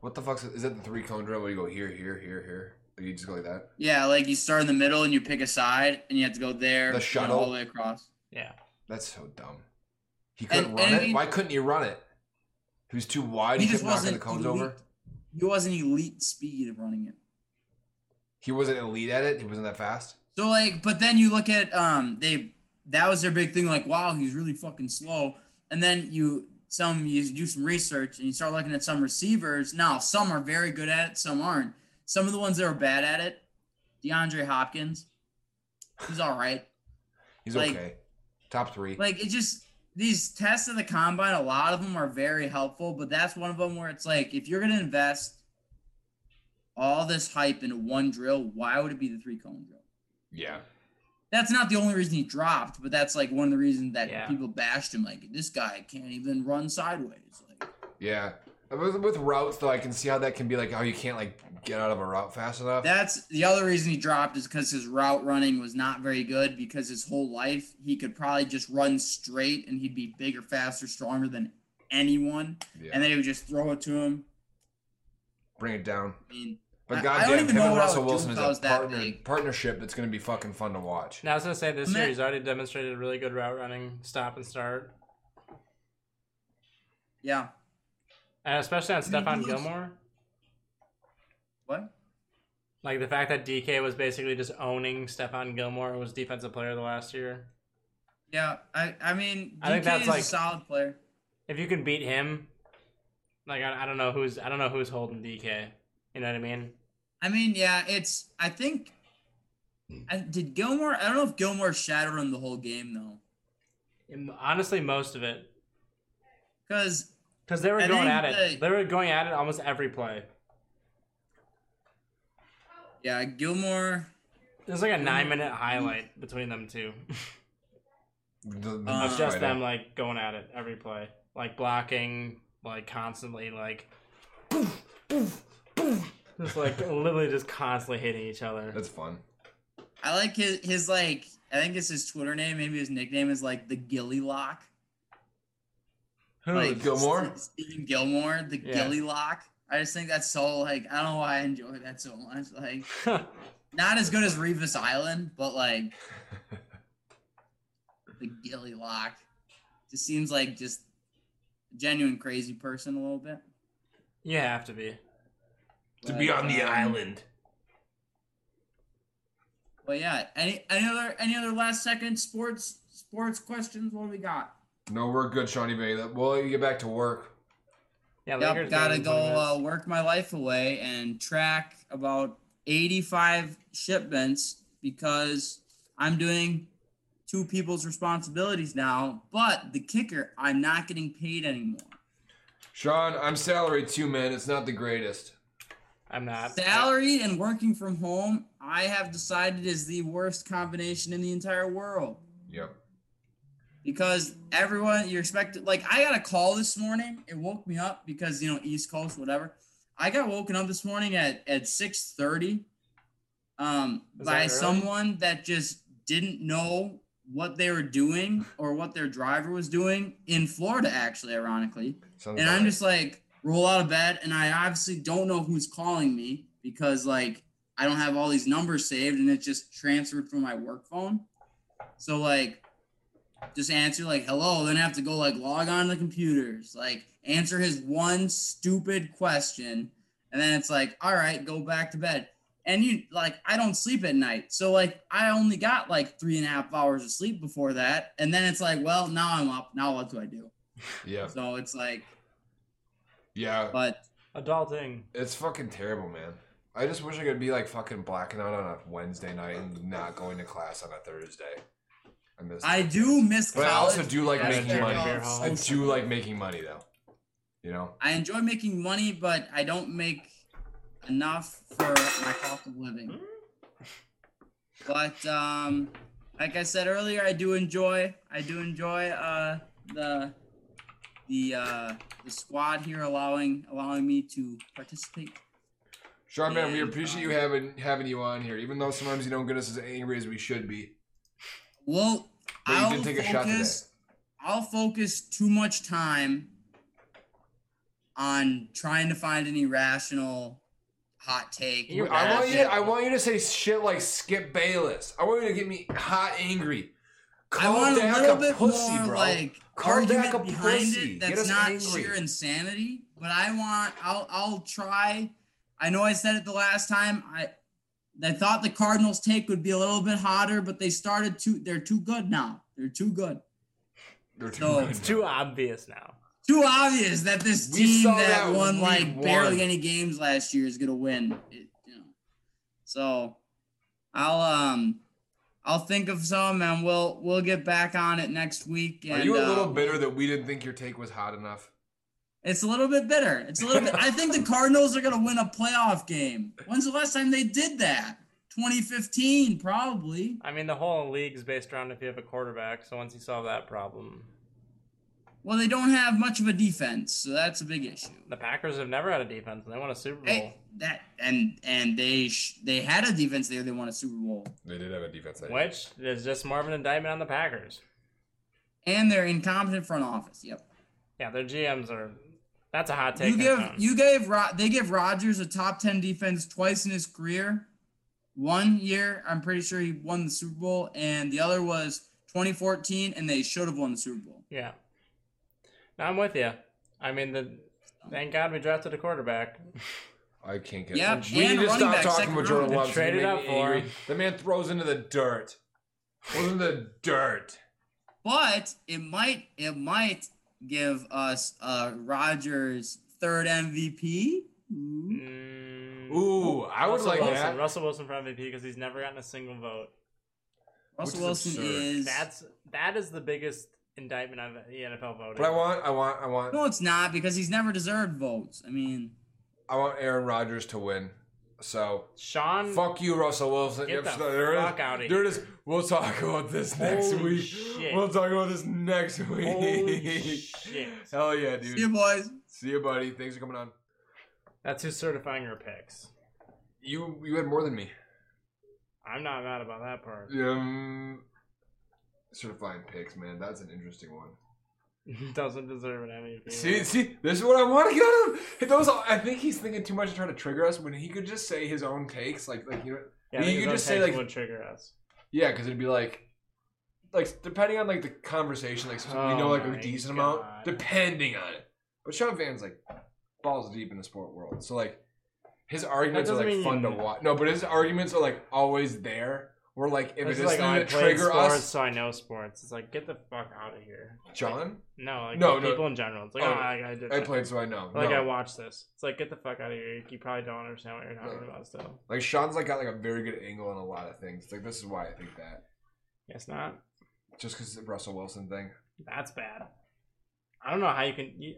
what the fuck is that? The three cone drill where you go here, here, here, here. Like you just go like that.
Yeah, like you start in the middle and you pick a side and you have to go there
The
and
shuttle.
all the way across.
Yeah,
That's so dumb. He couldn't
And-
run
and
it.
he-
Why couldn't he run it? He was too wide.
He
He,
just
kept knocking the
wasn't
cones
elite.
over.
He wasn't elite speed of running it.
He wasn't elite at it. He wasn't that fast.
So like, but then you look at um they that was their big thing like wow he's really fucking slow and then you some you do some research and you start looking at some receivers now some are very good at it some aren't some of the ones that are bad at it DeAndre Hopkins he's all right
He's
Like-
okay. Top three.
like it just these tests of the combine a lot of them are very helpful but that's one of them where it's like if you're gonna invest all this hype into one drill why would it be the three cone drill
yeah.
that's not the only reason he dropped, but that's like one of the reasons that
Yeah.
people bashed him. Like this guy can't even run sideways. Like
Yeah. With, with routes though, I can see how that can be like, oh, you can't like get out of a route fast enough.
that's the other reason he dropped is because his route running was not very good. Because his whole life he could probably just run straight and he'd be bigger, faster, stronger than anyone,
yeah.
and then he would just throw it to him.
Bring it down.
I mean, I-
But
I don't
goddamn,
even
him
know
and
what I
Russell
would do
Wilson
if
is
I was
a
that
partner,
big.
partnership that's going to be fucking fun to watch.
Now I was gonna say this
Ma-
year he's already demonstrated really good route running, stop and start,
Yeah.
and especially on Stephon
Yes.
Gilmore.
What?
Like the fact that DK was basically just owning Stephon Gilmore, who was defensive player of the last year.
Yeah. I I mean, DK
I think that's
is
like-
a solid player.
If you can beat him, like I, I don't know who's I don't know who's holding DK. You know what I mean?
I mean, yeah, it's. I think. I, did Gilmore? I don't know if Gilmore shadowed him the whole game though,
And honestly, most of it
because
because they were
I
going
think
at it.
that-
they were going at it almost every play.
yeah, Gilmore.
There's like a nine minute highlight between them two
The- the-
Uh,
of just
right
them
now.
like going at it every play, like blocking, like constantly, like poof, poof, poof, just like literally just constantly hitting each other.
That's fun.
I like his his like. I think it's his Twitter name. Maybe his nickname is like the Gilly Lock.
Who?
Like
Gilmore?
Ste- Stephen Gilmore, the
Yeah.
Gilly Lock. I just think that's so like. I don't know why I enjoy that so much. Like not as good as Revis Island, but like the Gilly Lock. Just seems like just a genuine crazy person a little bit.
you have to be.
to be
But,
on the
Uh,
um,
island.
But yeah, any any other any other last second sports sports questions? What do we got?
No, we're good, Shawnee Bay. Well, you get back to work.
Yeah,
Yep,
Lakers
gotta
win
go
20 minutes.
uh, work my life away and track about eighty five shipments because I'm doing two people's responsibilities now. But the kicker, I'm not getting paid anymore.
Sean, I'm salary too, man. It's not the greatest.
I'm not.
Salary and working from home, I have decided is the worst combination in the entire world.
Yep.
because everyone you're expected like i got a call this morning it woke me up because you know east coast whatever i got woken up this morning at at six thirty, um
Is that
by
early?
someone that just didn't know what they were doing or what their driver was doing in florida actually ironically
Sounds
and
about
i'm
right.
just like roll out of bed and i obviously don't know who's calling me because like i don't have all these numbers saved and it's just transferred from my work phone so like just answer like hello then I have to go like log on to the computers like answer his one stupid question and then it's like all right go back to bed and you like i don't sleep at night so like i only got like three and a half hours of sleep before that and then it's like well now i'm up now what do i do
Yeah.
so it's like
Yeah.
but
Adulting.
It's fucking terrible, man. I just wish I could be like fucking blacking out on a Wednesday night and not going to class on a Thursday. I miss.
i
that.
do miss
But
college
I also do like
Yeah,
making
beer
money.
hall.
I do like making money though. You know.
I enjoy making money, but I don't make enough for my cost of living. But um, like I said earlier, I do enjoy I do enjoy uh, the the uh, the squad here allowing allowing me to participate.
Sean, man, we
And,
appreciate you
um,
having having you on here, even though sometimes you don't get us as angry as we should be.
Well,
But you
I'll
did take a
focus.
shot today.
I'll focus too much time on trying to find any rational hot take.
You-
I want you.
rational-
I want you to say shit like Skip Bayless. I want you to get me hot, angry.
I
Calm
want a
down
little
a
bit
pussy,
more
bro.
like
Call back a
argument behind
pussy.
it
Get us
that's not
angry.
sheer insanity. But I want. I'll. I'll try. I know I said it the last time. I. I thought the Cardinals' take would be a little bit hotter, but they started too. They're too good now. They're too good.
They're too
No.
good.
It's too obvious now.
Too obvious that this
We
team
saw
that,
that
won
week
like
one.
barely any games last year is gonna win. It, you know. So, I'll um, I'll think of some and we'll we'll get back on it next week. And,
Are you a
uh,
little bitter that we didn't think your take was hot enough?
It's a little bit bitter. It's a little bit. I think the Cardinals are going to win a playoff game. When's the last time they did that? 2015, probably.
I mean, the whole league's based around if you have a quarterback. So once you solve that problem,
Well, they don't have much of a defense, so that's a big issue.
the Packers have never had a defense, and they won a Super Bowl.
Hey, that and and they sh- they had a defense there. They won a Super Bowl,
They did have a defense. I think.
Which is just more of an indictment on the Packers.
and their incompetent front office. Yep.
Yeah, their GMs are. That's a hot take.
You
on
give
Jones.
you gave Ro- they give Rodgers a top ten defense twice in his career. One year, I'm pretty sure he won the Super Bowl, and the other was 2014, and they should have won the Super Bowl.
Yeah. No, I'm with you. I mean, the thank God we drafted a quarterback.
I can't get.
Yeah,
we
and
need to
running
stop
back,
talking
second
about
round.
Jordan
They
Love. It's gonna
traded
make
up
me
for
angry.
him.
The man throws into the dirt. Throws into the dirt.
But it might it might give us uh Rodgers third MVP. Ooh. Hmm?
Mm,
Ooh, I would
Russell
like
Wilson.
that.
Russell Wilson for MVP because he's never gotten a single vote.
Russell
is
Wilson
absurd.
is
That's that is the biggest indictment of the NFL voting.
But I want, I want, I want,
no, it's not because he's never deserved votes. I mean,
I want Aaron Rodgers to win. So
Sean.
fuck you, Russell Wilson.
Get the
there it is.
fuck outta
There it is. We'll talk about this next
Holy
week.
shit.
We'll talk about this next week.
Holy shit.
Hell yeah,
see
dude.
you boys.
See you, buddy. Thanks for coming on.
That's who's certifying your picks.
You you had more than me.
I'm not mad about that part.
Um, certifying picks, man. That's an interesting one.
Doesn't deserve an E MVP.
See, see, this is what I want to get out of him. Those, I think he's thinking too much to try to trigger us when he could just say his own takes. Like, like you know,
yeah, I think
you
his
could
own
just say,
takes
like-
would trigger us.
yeah, because it'd be like, like depending on like the conversation, like something we know
Oh
like
my
a decent
God.
amount, depending on it. But Sean Van's like balls deep in the sport world, so like his arguments are
doesn't
like
mean
fun
you-
to watch. No, but his arguments are like always there. Where like if
It's
it's
like
something
oh, I
that
played
trigger
sports,
us,
so I know sports. It's like get the fuck out of here,
John,
No, like
No,
the
no.
people in general. It's like,
Oh,
oh, I, I did
I
that.
played so I know.
Like
No.
I watched this. It's like get the fuck out of here. You probably don't understand what you're talking
No.
about still.
Like Sean's like got like a very good angle on a lot of things. Like this is why I think that.
Guess not.
Just because it's the Russell Wilson thing.
That's bad. I don't know how you can. You,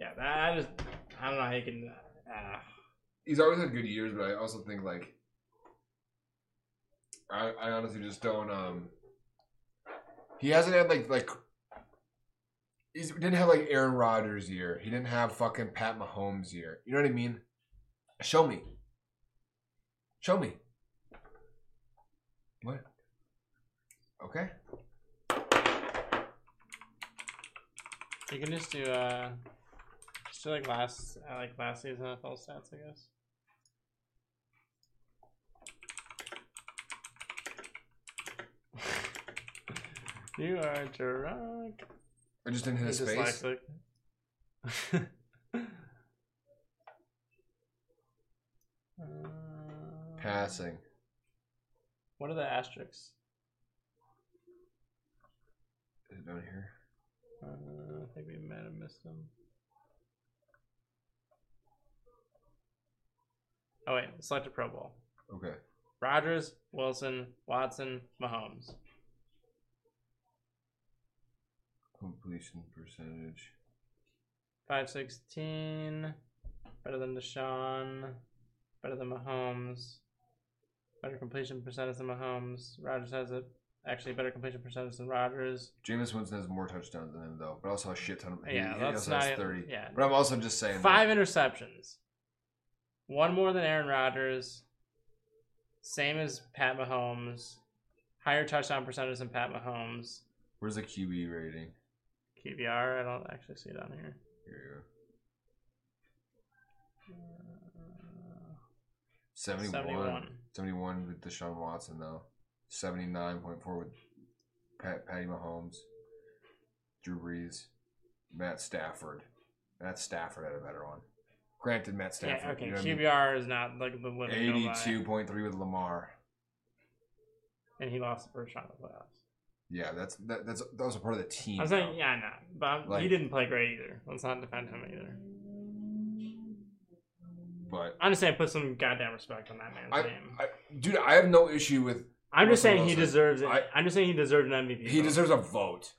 yeah, that I just. I don't know how you can. Uh,
He's always had good years, but I also think like I, I honestly just don't um he hasn't had like like he didn't have like Aaron Rodgers year. He didn't have fucking Pat Mahomes year. You know what I mean? Show me. Show me. What? Okay.
you can just do. Uh, just do like last uh, like last season NFL stats, I guess. you are drunk.
I just didn't hit his
He's
face.
dyslexic. Uh,
Passing.
What are the asterisks?
Is it down here?
Uh, I think we might have missed them. Oh wait, select a Pro Bowl.
Okay.
Rogers, Wilson, Watson, Mahomes.
Completion percentage.
Five sixteen. Better than Deshaun. Better than Mahomes. Better completion percentage than Mahomes. Rogers has a actually better completion percentage than Rogers.
Jameis Winston has more touchdowns than him though, but also a shit ton of he,
Yeah,
he
that's
also has
not-
thirty.
yeah.
But I'm also just saying
Five interceptions. One more than Aaron Rodgers. Same as Pat Mahomes. Higher touchdown percentage than Pat Mahomes.
like, where's the QB rating?
QBR, I don't actually see it on here.
Here you go. Seventy one.
71.
Seventy one with Deshaun Watson though. Seventy nine point four with Pat Patty Mahomes. Drew Brees. Matt Stafford. Matt Stafford had a better one. Granted Matt Stafford.
Yeah, okay.
you know what I mean?
QBR is not like the living no lie.
82.3 with Lamar.
and he lost the first round of the playoffs.
Yeah, that's that, that's that was a part of the team.
I'm
though.
saying, yeah, I know, but I'm- he
Like-
didn't play great either. Let's not defend him either.
But
I'm just saying, put some goddamn respect on that man's
I,
name.
I, dude, I have no issue with.
I, am
Russell
just saying he
Wilson.
deserves it.
I-
I, am just saying he deserved an MVP.
He
vote.
deserves a vote.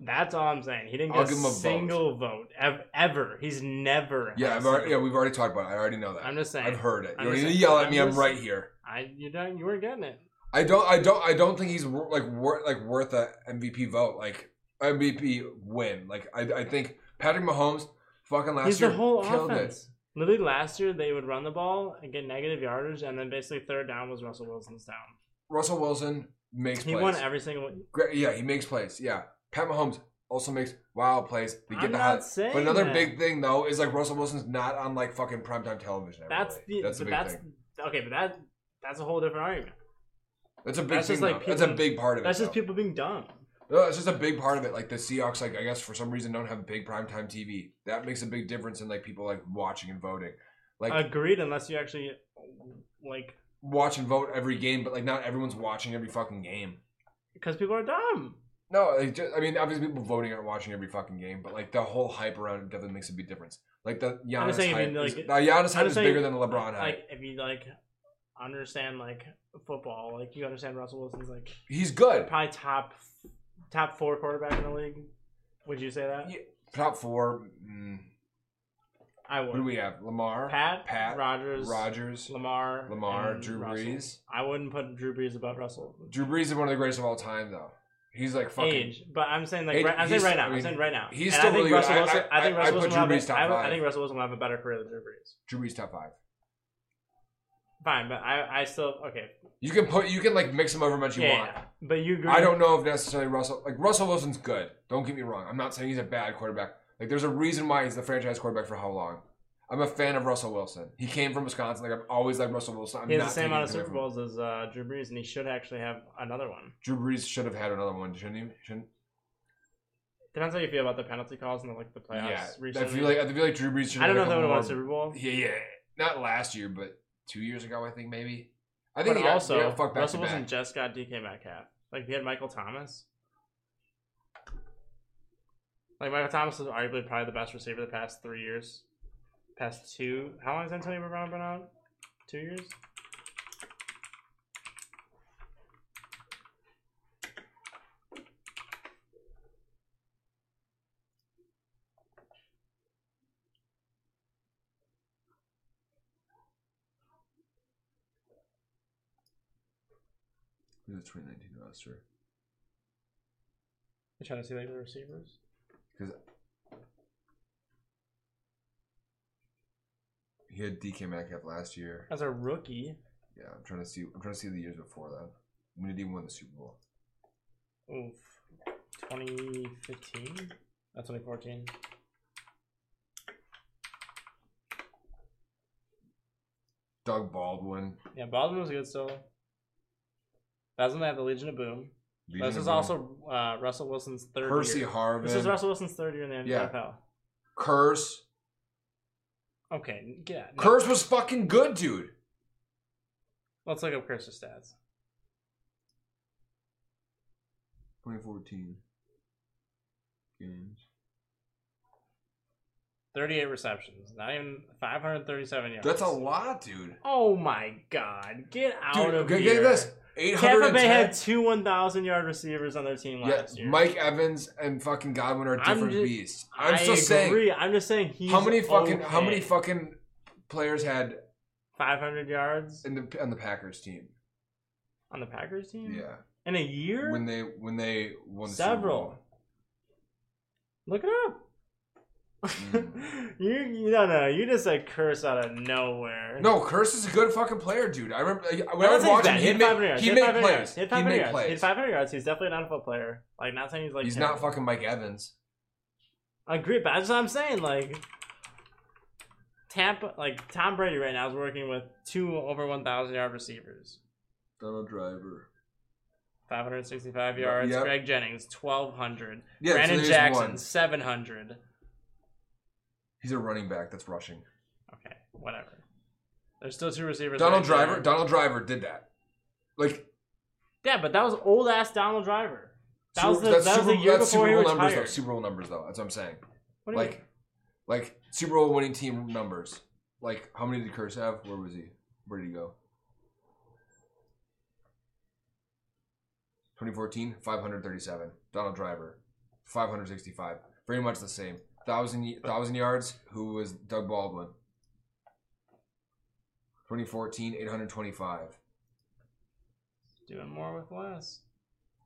That's all I'm saying. He didn't
I'll
get
give him
a
a vote.
single vote, ev- ever. He's never.
Yeah,
had
I've
a
already, yeah,
single-
we've already talked about it. I already know that.
I'm just saying.
I've heard it. You
I'm
don't
just
need to
saying-
yell at
I'm
me. I'm
just-
right here.
I you don't you weren't getting it.
I don't. I don't. I don't think he's wor- like worth like worth a MVP vote. Like MVP win. Like I, I think Patrick Mahomes fucking last
He's
year
the whole
killed
offense. Literally last year they would run the ball and get negative yardage, and then basically third down was Russell Wilson's down.
it. Russell Wilson makes
He
plays.
won every single.
Gra- yeah, he makes plays. Yeah, Pat Mahomes also makes wild plays. They get
I'm
the
not
hot.
saying
But another
that.
big thing though is like Russell Wilson's not on like fucking primetime television. Ever
That's
really.
the
that's a
but
big
that's
thing.
okay, but that that's a whole different argument.
That's a big
that's
thing.
just, like,
though. that's a
people-
big part of it.
That's just
though.
people being dumb.
No, it's just a big part of it. Like the Seahawks, like I guess for some reason don't have big primetime TV. That makes a big difference in like people like watching and voting. Like
Agreed, unless you actually like
watch and vote every game, but like not everyone's watching every fucking game.
because people are dumb.
No, like, ju- I mean obviously people voting aren't watching every fucking game, but like the whole hype around it definitely makes a big difference. Like the Giannis
saying, I
hype,
mean, like-
is, the Giannis hype
just
is
saying,
bigger than the LeBron hype.
Like if you like understand like football, like you understand Russell Wilson's like
He's good,
probably top top four quarterback in the league. Would you say that?
Yeah. top four. Mm,
I would.
what do we have? Lamar,
Pat,
Pat,
Rogers,
Rodgers,
Lamar,
Lamar,
and
Drew
Russell.
Brees.
I wouldn't put Drew Brees above Russell.
Drew Brees is one of the greatest of all time, though. He's like fucking
Age, but I'm saying like
Age,
right, I'm saying
he's-
right now. I
I mean,
am saying right now.
he's
And
still
I think
really good.
Russell
I-
Wilson.
I-
I think
I- I put
Russell Wilson
Drew
will
Brees
have.
top
a- I would- I
five.
think Russell Wilson will have a better career than Drew Brees.
Drew Brees top five.
Fine, but I I still okay.
You can put you can like mix them over much you
yeah,
want.
yeah. but you agree.
I don't know if necessarily Russell like Russell Wilson's good. Don't get me wrong. I'm not saying he's a bad quarterback. Like there's a reason why he's the franchise quarterback for how long. I'm a fan of Russell Wilson. He came from Wisconsin. Like I've always liked Russell Wilson. I'm
He has
not
the same
taking
amount of
anything away from-
Super Bowls as uh, Drew Brees, and he should actually have another one.
Drew Brees should have had another one, shouldn't he? Shouldn't?
Depends how you feel about the penalty calls and the, like the playoffs.
Yeah. I
recently.
feel like I feel like Drew Brees should.
I don't know
have
if they would
had a
have won a
couple
Super Bowl.
more- Yeah, yeah. Not last year, but two years ago, I think maybe. I think
but
he got-
also,
they got fucked back
Russell
to
Wilson
back.
just got DK Metcalf. Like, he had Michael Thomas. Like, Michael Thomas is arguably probably the best receiver the past three years. Past two. How long has Antonio Brown been out? Two years?
Who's the 2019 roster?
I'm trying to see, like, the receivers.
Because he had DK Metcalf last year.
As a rookie,
Yeah, I'm trying to see. I'm trying to see the years before that. When did he win the Super Bowl?
oof, 2015? That's 2014.
Doug Baldwin.
Yeah, Baldwin was good still. That's when they had the Legion of Boom.
Legion
this
of
is
Boom,
also uh, Russell Wilson's third
Percy
year.
Harvin.
This is Russell Wilson's third year in the NFL.
Yeah. Curse.
Okay, yeah. no.
Curse was fucking good, dude.
Let's look up Curse's stats.
2014 games.
38 receptions, not even 537 yards.
That's a lot, dude.
Oh my god, get out
Dude,
of
get,
here.
get this. 810.
Tampa Bay had two 1,000 yard receivers on their team
yeah,
last year.
Mike Evans and fucking Godwin are
I'm
different
ju-
beasts. I'm
I
still saying.
agree. I'm just saying he's
How many fucking how
okay.
many fucking players had
500 yards
in the on the Packers team?
on the Packers team?
Yeah,
In a year?
when they when they won the Super
Several.
Bowl.
Look it up.
Mm.
you, you no no you just like curse out of nowhere.
No, Curse is a good fucking player, dude. I remember I- when
I'm
I
not
was
saying he's
watching.
bad. He
He
had
made
500 yards.
plays.
He
He made
had 500 yards.
plays. He made
He had 500 yards. He had
plays.
500 yards. He's definitely not a football player. Like not saying he's like
He's not
terrible.
fucking Mike Evans.
Agree, but that's what I'm saying. Like Tampa, like Tom Brady right now is working with two over 1,000 yard receivers,
Donald Driver.
565 yards.
Yep.
Greg Jennings 1,200.
Yeah, so
Brandon
there's
Jackson
one.
700.
He's a running back that's rushing.
Okay, whatever. There's still two receivers.
Donald
right
Driver.
there.
Donald Driver did that. Like
Yeah, but that was old ass Donald Driver. That
Super-
was the,
that's
that was
Super,
the year
that's
before he
Super Bowl
retired.
numbers, though. Super Bowl numbers, though. That's what I'm saying.
What do you mean?
Like, like Super Bowl winning team numbers. Like, how many did Curse have? Where was he? Where did he go? 2014, 537. Donald Driver, 565. Very much the same. Thousand, y- thousand yards. Who was Doug Baldwin? 2014, 825.
doing more with less.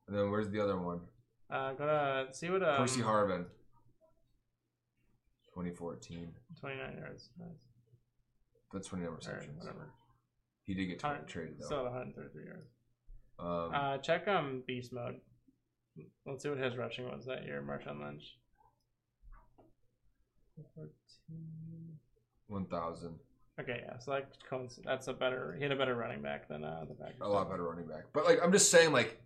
And then where's the other one?
Uh, gonna see what um,
Percy Harvin. 2014.
29 yards. Nice.
That's 29
All right,
receptions.
whatever.
He did get tra-
Alright,
traded though.
Still at 133 yards.
um,
Uh, check um beast mode. Let's see what his rushing was that year, Marshawn Lynch. 14.
One thousand.
Okay, yeah, so that coinc- that's a better. He had a better running back than uh, the Packers.
A lot better running back. But like I'm just saying, like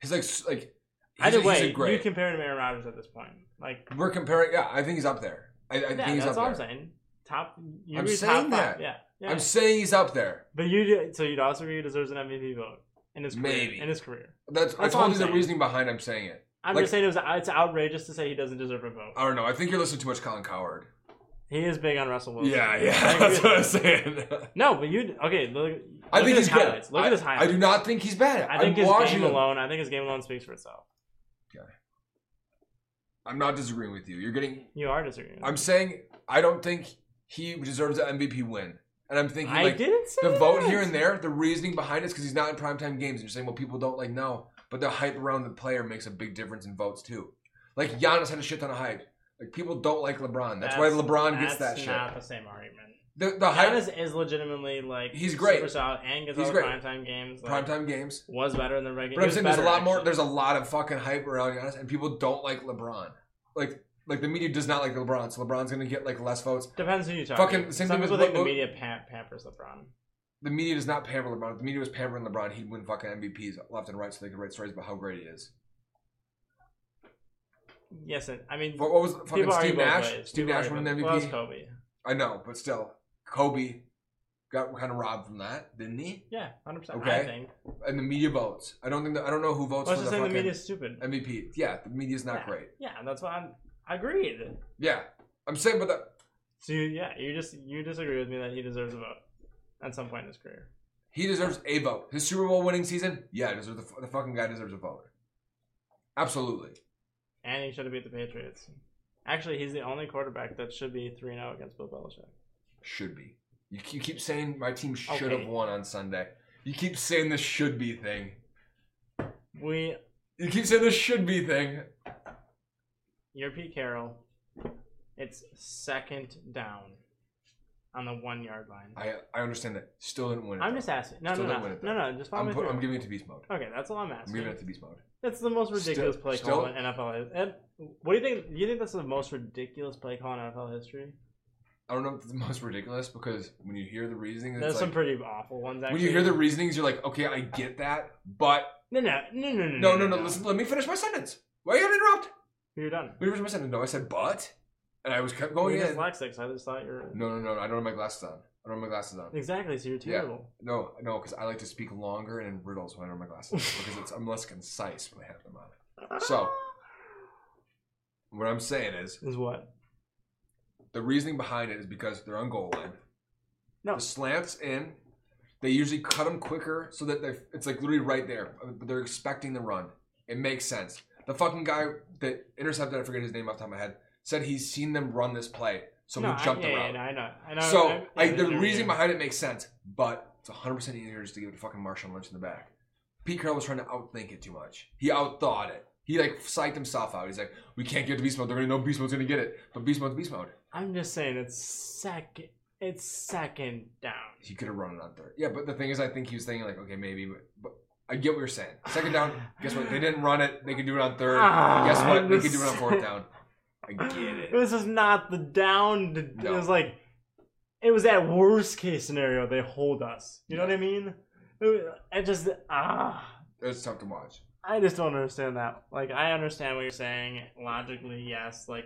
he's like s- like he's,
Either
he's a
way,
great-
you compare him to Aaron Rodgers at this point. Like,
We're comparing. Yeah, I think he's up there. I, I think
yeah,
he's
that's
up
all
there.
I'm saying. Top. You
I'm
were
saying
top
that.
Five. Yeah. yeah.
I'm saying he's up there.
but you do- so you'd also agree he deserves an MVP vote in his career.
Maybe.
in his career.
That's, I
That's all
told
I'm
you the
saying.
reasoning behind I'm saying it.
I'm
Like-
just saying it was it's outrageous to say he doesn't deserve a vote.
I don't know. I think you're listening to too much Colin Coward.
He is big on Russell Wilson.
Yeah,
I
yeah.
agree
That's
with
what I'm
that.
saying.
No, but you okay? Look, look
I
at
think
his
he's good.
highlights. Look
I,
at his highlights.
I do not think he's bad.
I think
am
his
watching
game
him.
alone. I think his game alone speaks for itself.
I'm not disagreeing with you. You're getting.
You are disagreeing. with
I'm
me.
saying I don't think he deserves an MVP win, and I'm thinking
I
like
didn't say
the vote
that.
here and there, the reasoning behind it is because he's not in primetime games. And you're saying, well, people don't like no, but the hype around the player makes a big difference in votes too. Like Giannis had a shit ton of hype. Like people don't like LeBron. That's, why LeBron gets that
That's
shit.
not the same argument.
The, the hype,
Giannis is legitimately like
He's great.
super solid, and gets
He's
all the
great.
primetime games. Like,
primetime games.
was better in the regular.
But I'm saying there's a
better,
lot more.
actually.
There's a lot of fucking hype around Giannis, and people don't like LeBron. Like like the media does not like LeBron, so LeBron's gonna get like less votes.
depends who you talk. Fucking
Fucking- same
some
thing with
people think
what-
the media pam- pampers LeBron.
The media does not pamper LeBron. If the media was pampering LeBron, he'd win fucking MVPs left and right, so they could write stories about how great he is.
Yes, and I mean
What, what was fucking
people argue
Steve
both
Nash?
ways.
Steve
People
Nash
argue
won an
both-
MVP.
Well, it's Kobe.
I know, but still, Kobe got kind of robbed from that, didn't he?
Yeah, hundred percent. I
Okay.
think.
And the media votes. I don't think that, I don't know who votes
Let's
for
just
the
say the
fucking
media's stupid.
MVP. Yeah, the media's not
Yeah.
great.
Yeah, and that's why I'm I agreed.
Yeah, I'm saying, but the,
So you, yeah, you just you disagree with me that he deserves a vote at some point in his career.
he deserves a vote. His Super Bowl winning season. Yeah, deserves the, the fucking guy deserves a vote. Absolutely.
And he should have beat the Patriots. Actually, he's the only quarterback that should be three zero against Bill Belichick.
Should be. You, you keep saying my team should
Okay.
have won on Sunday. You keep saying this should be thing.
We
You keep saying this should be thing.
your Pete Carroll. It's second down on the one yard line.
I I understand that. Still didn't win it.
I'm
though.
just asking. No,
Still
no,
don't
no,
win it,
no,
though.
no. Just follow
I'm,
me
put,
through.
I'm giving it to beast mode.
okay, that's all I'm
I'm
asking.
giving it to beast mode.
That's the most ridiculous
Still-
play
still-
call in NFL. his- And what do you think? Do you think that's the most ridiculous play call in NFL history?
I don't know if it's the most ridiculous because when you hear the reasoning, it's
There's some
like-
pretty awful ones. Actually,
when you hear the reasonings, you're like, okay, I get that, but
no, no, no, no, no,
no, no, no. Listen, let me finish my sentence. Why you gonna interrupt?
You're done.
Let me finish my sentence. No, I said but, and I was kept going
you're
in. No,
dyslexic, so I just thought you're
no, no. I don't have my glasses on. I don't have my glasses on.
exactly. So you're
Yeah.
terrible.
No, no, because I like to speak longer and in riddles when I don't have my glasses on, because it's I'm less concise when I have them on. So what I'm saying is
is what?
the reasoning behind it is because they're on goal line.
No.
The slants in. They usually cut them quicker so that they it's like literally right there. But they're expecting the run. It makes sense. The fucking guy that intercepted, I forget his name off the top of my head, said he's seen them run this play, so
no,
he jumped
I,
the
yeah,
route.
Yeah, I know. I know.
so
I,
I,
yeah,
the
you're-
reasoning
you're-
behind it makes sense, but it's 100% easier just to give it to fucking Marshawn Lynch in the back. Pete Carroll was trying to outthink it too much. He outthought it. He like psyched himself out. He's like, we can't get to beast mode. They're gonna know beast mode's gonna get it, but beast mode's beast mode.
I'm just saying it's second. It's second down.
He could have run it on third. Yeah, but the thing is, I think he was thinking like, okay, maybe, but, but I get what you're saying. Second down, guess what? They didn't run it. They could do it on third.
Ah,
guess what?
I'm
They
just
could do it on fourth down. I get it.
This is not the down. To,
No.
It was like, it was that worst case scenario. They hold us. You know what I mean? It- I just ah,
It's tough to watch.
I just don't understand that. Like, I understand what you're saying logically. Yes, like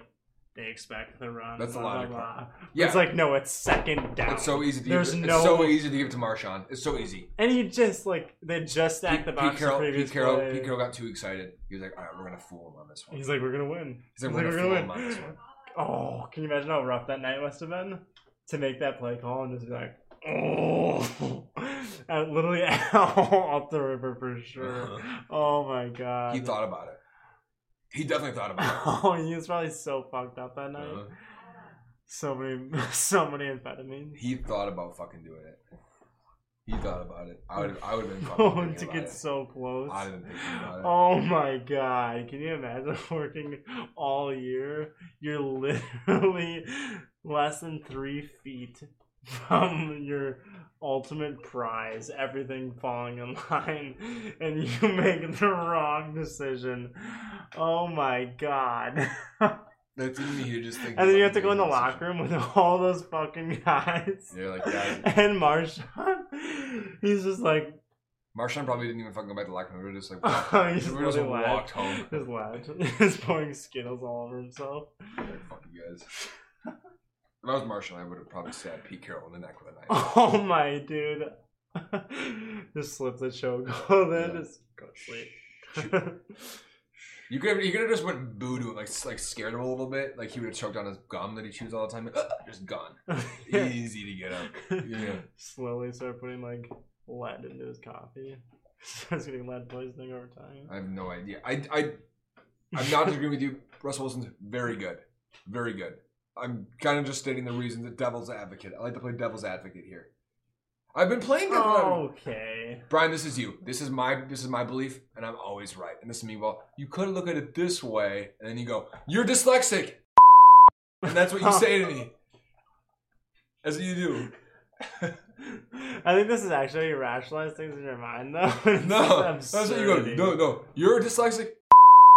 they expect the run.
That's the
blah, blah,
logic
blah.
Yeah.
It's like no, it's second down.
It's so easy to
There's
give.
no-
It's so easy to give it to Marshawn. It's so easy.
and you just like they just stacked the box.
Pete Carroll,
the previous
Pete Carroll,
play.
Pete Carroll got too excited. He was like, "All right, we're gonna fool him on this one."
He's like, we're gonna win.
He's like,
he's
"We're
like,
gonna
we're
fool
gonna
him on
win."
this one."
Oh, can you imagine how rough that night must have been to make that play call and just be like, oh, and literally up the river for sure. Oh my god.
He Uh-huh. thought about it. He definitely thought about it.
Oh, he was probably so fucked up that night.
Uh-huh.
So many, so many amphetamines.
He thought about fucking doing it. He thought about it. I would. I would have been fucking.
Oh,
thinking
to
about
get
it.
so close.
I didn't think about it.
Oh my god. Can you imagine working all year? You're literally less than three feet from your ultimate prize, everything falling in line, and you make the wrong decision. Oh my god.
That's even the hugest thing.
And then you have to go in the locker room with all those fucking guys.
You're like, guys,
And Marshawn, he's just like,
Marshawn probably didn't even fucking go back to the locker room. We were just like,
oh,
we
he's
just
really
walked
laughed.
home.
Just laughed. He's pouring Skittles all over himself.
Like, fuck you guys. If I was Marshall, I would have probably stabbed Pete Carroll in the neck with a knife.
Oh my dude. just slip the choke hold in.
Yeah.
Just go to sleep.
You could have, you could have just went boo to him, like s- like scared him a little bit, like he would have choked on his gum that he chews all the time. just gone,
Yeah.
easy to get up. Yeah.
Slowly start putting like lead into his coffee. Starts getting lead poisoning over time.
I have no idea. I I I'm not disagreeing with you. Russell Wilson's very good, very good. I'm kind of just stating the reason the devil's advocate. I like to play devil's advocate here. I've been playing devil's advocate.
Oh. okay.
Brian, this is you. This is my this is my belief, and I'm always right. And this is me. Well, you could look at it this way, and then you go, "You're dyslexic," and that's what you say to me. That's what you do.
I think this is actually how you rationalize things in your mind, though. It's
No,
just
that's what you go.
absurdity.
No, no, you're dyslexic,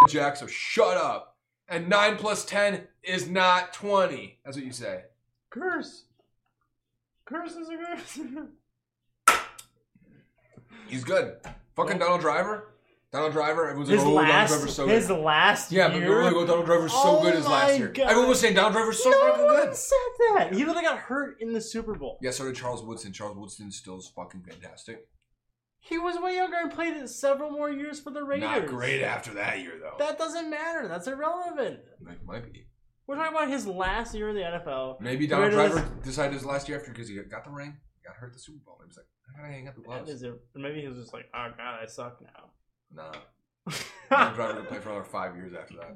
Jack. So shut up. And nine plus ten is not twenty. That's what you say.
Curse. Curses are curse.
He's good. Fucking Donald Driver. Donald Driver. Everyone's like,
his
"Oh,
last,
Donald Driver's so
his
good."
last
Yeah, but
year.
people like, "Oh, Donald Driver's so
Oh
good as
my
last year."
God.
Everyone was saying Donald Driver's so
no
fucking
one
good.
said that. He literally got hurt in the Super Bowl.
Yeah, so did Charles Woodson. Charles Woodson still is fucking fantastic.
He was way younger and played it several more years for the Raiders.
Not great after that year though.
That doesn't matter. That's irrelevant.
might, might be.
We're talking about his last year in the NFL.
Maybe Donald
Raiders-
Driver decided his last year after because he got the ring, got hurt at the Super Bowl. He was like, I gotta hang up the
That
gloves.
is a, maybe he was just like, oh god, I suck now.
Nah, Donald Driver could play for another five years after that.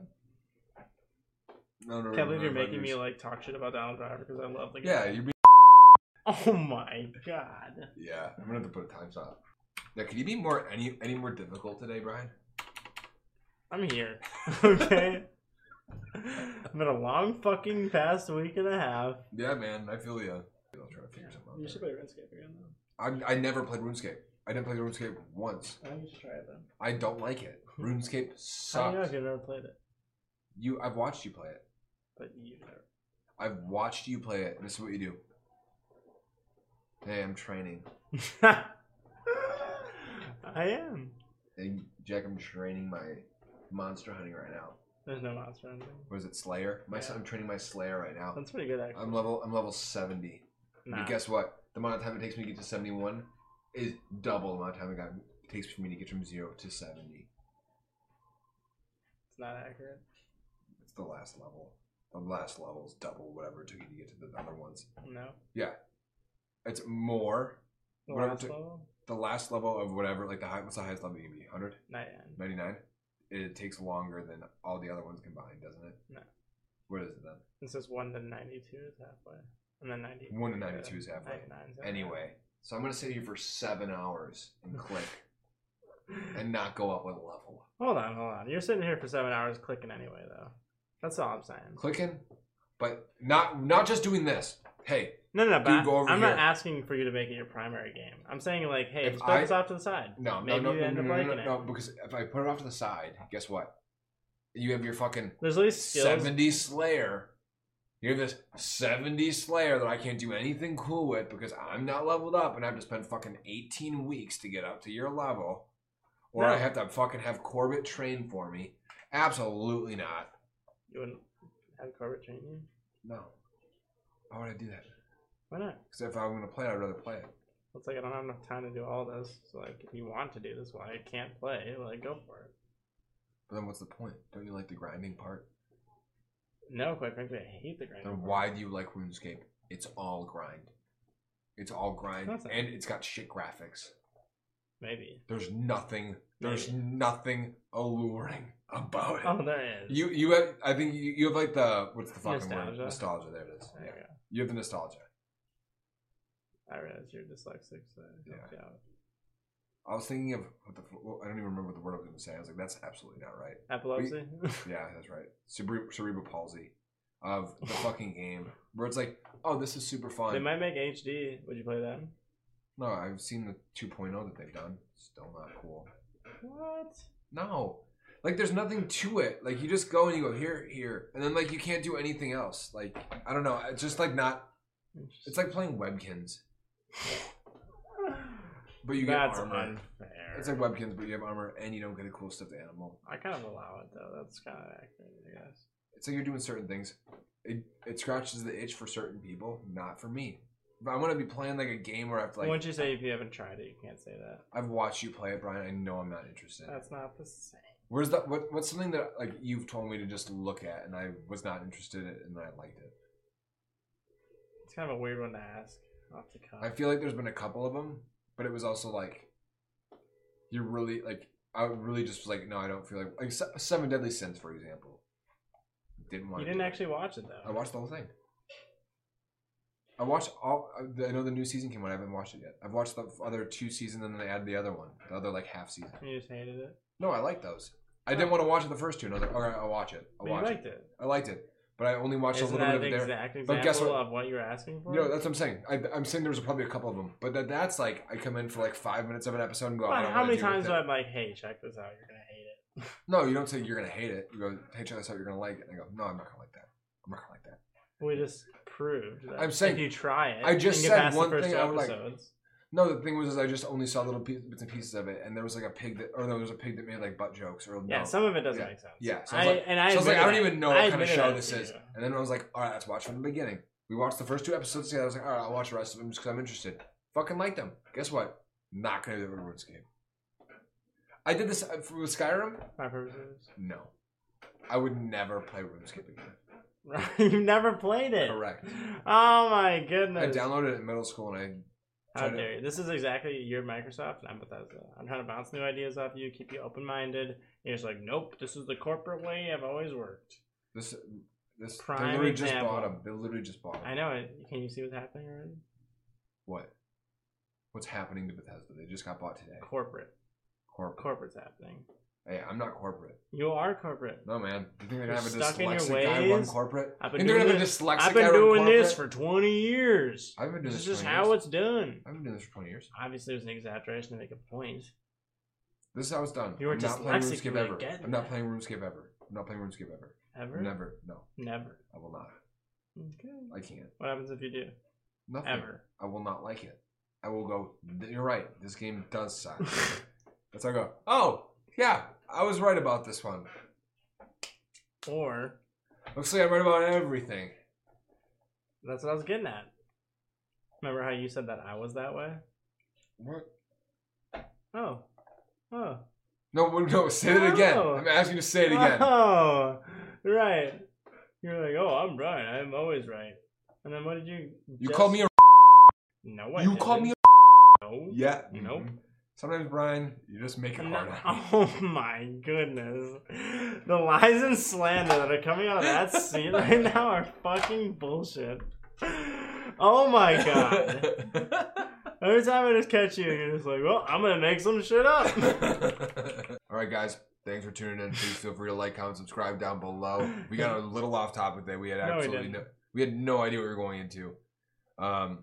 Donald Driver
Can't believe
could
you're
play for
making me
years.
like talk shit about Donald Driver because I love the guy.
Yeah, you're. Being,
Oh my god.
yeah, I'm gonna have to put a time stop. Now, could you be more any any more difficult today, Brian?
I'm here. Okay. I've been a long fucking past week and a half.
Yeah, man, I feel you. I'll try to figure something out.
You should
there.
play RuneScape again though.
I, I never played RuneScape. I didn't play RuneScape once.
I think you should try it then.
I don't like it. RuneScape
How do you know
sucks.
if you've never played it?
You, I've watched you play it.
But you never.
I've watched you play it. This is what you do. Hey, I'm training.
I am.
Hey, Jack, I'm training my monster hunting right now.
There's no monster hunting.
What is it, Slayer? My
Yeah.
son, I'm training my Slayer right now.
That's pretty good actually.
I'm level. I'm level 70.
Nah.
But Uh, guess what? The amount of time it takes me to get to 71 is double the amount of time it, got, it takes for me to get from zero to 70.
It's not accurate.
It's the last level. The last level is double whatever it took you to get to the other ones.
No.
It's more.
The
Whatever
last
took-
level?
The last level of whatever, like the high, what's the highest level you can be? 100.
Night end.
99 it takes longer than all the other ones combined doesn't it
No.
what is it then
It's just 1 to 92 is halfway. And then 90.
1 to 92 is halfway
99 is halfway.
anyway so i'm going to sit here for seven hours and click and not go up one level
Hold on, hold on. You're sitting here for seven hours clicking anyway, though. That's all I'm saying.
clicking but not not just doing this hey
No, no, no. But
Dude, go over
I'm
here.
not asking for you to make it your primary game. I'm saying like, hey,
If
just put
I-
this off to the side.
no no
Maybe
no
you
no
end
no,
up
no, no,
liking
no,
it.
no because if i put it off to the side guess what you have your fucking
There's at least skills.
70 slayer you have this 70 slayer that i can't do anything cool with because i'm not leveled up and i have to spend fucking 18 weeks to get up to your level or i
No.
have to fucking have corbett train for me absolutely not
You wouldn't have Corbett train you?
no why would i do that
Why not?
because if i'm going to play it i'd rather play it
It's like I don't have enough time to do all this. So like, if you want to do this, why I can't play? Like, go for it.
but then what's the point don't you like the grinding part
No, quite frankly, I hate the grind.
then why do you like runescape it's all grind it's all grind
Nothing.
and it's got shit graphics
Maybe.
There's nothing. There's nothing alluring about it.
Oh, there is.
you you have I think you, you have like the what's the fucking
Nostalgia.
word nostalgia. There it is.
There
Yeah.
you go.
You have the nostalgia.
I realize you're dyslexic, so it
Yeah.
helped you out.
I was thinking of what the f- well, I don't even remember what the word I was going to say. I was like, that's absolutely not right.
Epilepsy?
Yeah, that's right. Cere- cerebral palsy. of the fucking game where it's like, oh, this is super fun.
They might make HD. Would you play that?
no, I've seen the 2.0 that they've done. Still not cool.
What?
No. Like there's nothing to it. Like you just go and you go here, here, and then like you can't do anything else. Like I don't know. It's just like not. It's like playing Webkins, but you get
That's
armor.
unfair.
It's like Webkins, but you have armor and you don't get a cool stuffed animal.
I kind of allow it though. That's kind of accurate, I guess.
It's like you're doing certain things. It it scratches the itch for certain people, not for me. But I want to be playing like a game where I've like
Once you say if you haven't tried it, you can't say that.
I've watched you play it, Brian. I know I'm not interested.
That's not the same.
Where's that? What what's something that like you've told me to just look at and I was not interested in and I liked it.
It's kind of a weird one to ask off the cuff.
I feel like there's been a couple of them, but it was also like you're really like I really just was like no, I don't feel like like Se- Seven Deadly Sins for example. Didn't want
you
to
didn't
do it.
actually watch it though.
I watched the whole thing. I watched all. I know the new season came out. I haven't watched it yet. I've watched the other two seasons, and then they added the other one, the other like half season.
You just hated it.
No, I like those. I didn't want to watch it the first two. And I was like, all right, I'll watch it. I'll
But you
watch it.
liked it.
I liked it, but I only watched
Isn't
a little
that
bit
the
of it there.
exact
But
example
guess what-
of what you were asking for?
You know, that's what I'm saying. I, I'm saying there's probably a couple of them, but that, that's like I come in for like five minutes of an episode and go. I
Come on,
don't
how
wanna
many
deal with
times
it.
do I'm like, hey, check this out. You're gonna hate it.
No, you don't say you're gonna hate it. You go, hey, check this out. You're gonna like it. And I go, no, I'm not gonna like that. I'm not gonna like that.
We just proved that
I'm saying-
if you try it,
I just
and get
said
past
one
the first
thing
two
I would like-
episodes,
No, the thing was is I just only saw little piece, bits and pieces of it, and there was like a pig that, or there was a pig that made like butt jokes or
Yeah,
no.
some of it doesn't
Yeah.
make sense.
Yeah, so I
I,
was like-
and I,
so I was like, I don't
admitted
even know
that.
what
I
kind of
admitted
show
that
this
to
is.
you.
And then I was like, all right, let's watch from the beginning. We watched the first two episodes together. I was like, all right, I'll watch the rest of them just because I'm interested. Fucking like them. Guess what? Not gonna do the Ruins game. I did this uh, for- with Skyrim.
My purposes.
No, I would never play RuneScape again.
You've never played it.
Correct.
Oh my
I
goodness.
downloaded it in middle school and
How
tried it.
dare you? This is exactly your Microsoft and I'm Bethesda. I'm trying to bounce new ideas off you, keep you open minded. You're just like, nope, this is the corporate way I've always worked.
I this this
Prime
they literally just
example.
bought them. They literally just bought them.
I know it. Can you see what's happening already?
What? What's happening to Bethesda? They just got bought today.
Corporate.
Corporate.
Corporate's happening.
hey, I'm not corporate.
You are corporate.
No, man. You think they're
You're
gonna have a
stuck in your
dyslexic guy run
ways.
corporate?
I've
You
been
think they're gonna
doing
have a
this-
dyslexic
I've
guy
been
run
doing this for
corporate?
20 years.
I've been doing
This
this.
is
for
just
20
how
years.
it's done.
I've been doing this for 20 years.
Obviously, it was an exaggeration to make a point.
This is how it's done.
You were
I'm not playing
dyslexic, you
RuneScape
were
ever.
getting
I'm not
that.
playing RuneScape ever. I'm not playing RuneScape ever.
Ever?
Never. No,
Never.
I will not.
Okay.
I can't.
What happens if you do?
Nothing.
Ever.
I will not like it. I will go. "Th- You're right. This game does suck. That's how I go. Oh yeah, I was right about this one.
Or
Looks like I'm right about everything.
that's what I was getting at. Remember how you said that I was that way?
What?
Oh. Oh.
No, w- no. Say it again.
No.
I'm asking you to say it again.
Oh. Right. You're like, oh, I'm right. I'm always right. And then what did you?
You
just-
called me a.
No, I
you called me
didn't.
a.
No.
Yeah.
Nope.
Mhm. Sometimes Brian, you just make it
And
hard
that-
on me.
oh my goodness. The lies and slander that are coming out of that scene right now are fucking bullshit. Oh my god. Every time I just catch you, you're just like, well, I'm gonna make some shit up.
All right, guys. Thanks for tuning in. Please feel free to like, comment, subscribe down below. We got a little off topic there. We had
No, we
absolutely
didn't.
no, we had no idea what we were going into. Um,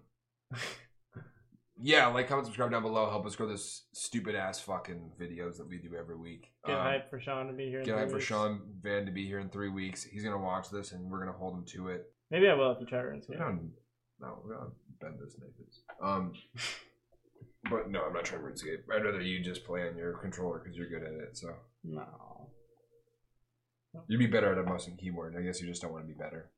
yeah, like, comment, subscribe down below. Help us grow this stupid ass fucking videos that we do every week.
Get
Um,
hype for Sean to be here. in
Get
three
hype for
weeks.
Sean Van to be here in three weeks. He's gonna watch this, and we're gonna hold him to it.
Maybe I will if you try to
We
yeah.
don't, no, we don't bend those knives. Um, but no, I'm not trying to RuneScape. I'd rather you just play on your controller because you're good at it. So
No.
you'd be better at a mouse and keyboard. I guess you just don't want to be better.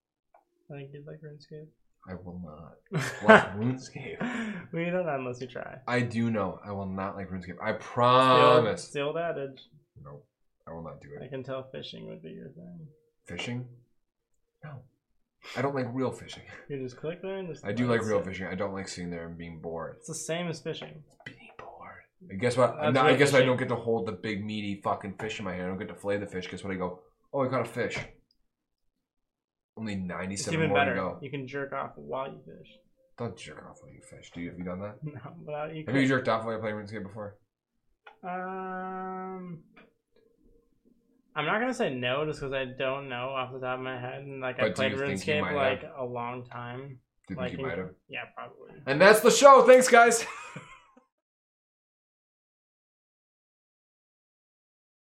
I think you'd like RuneScape.
I will not like RuneScape.
we don't know unless you try.
I do know. I will not like RuneScape. Uh, I
The old-
promise.
the old adage.
No, I will not do
I
it.
can tell fishing would be your thing.
Fishing? No, I don't like real fishing.
You just click there and just.
I do like real fishing.
fishing.
I don't like sitting there and being bored.
It's the same as fishing.
being bored. And guess what?
That's
No, I
real
guess I
fishing.
don't get to hold the big meaty fucking fish in my hand. I don't get to fillet the fish. Guess what? I go, oh, I caught a fish. Only
It's
ninety-seven
even
more
better.
to go.
You can jerk off while you fish.
Don't jerk off while you fish, dude. Have you done that?
No, but you
Have you
could.
jerked off while you play RuneScape before?
Um, I'm not gonna say no just because I don't know off the top of my head. And like I
But do
played
you think you
RuneScape
might
like
have?
a long time.
Do you
like
think you might have?
Yeah, probably.
And that's the show. Thanks, guys.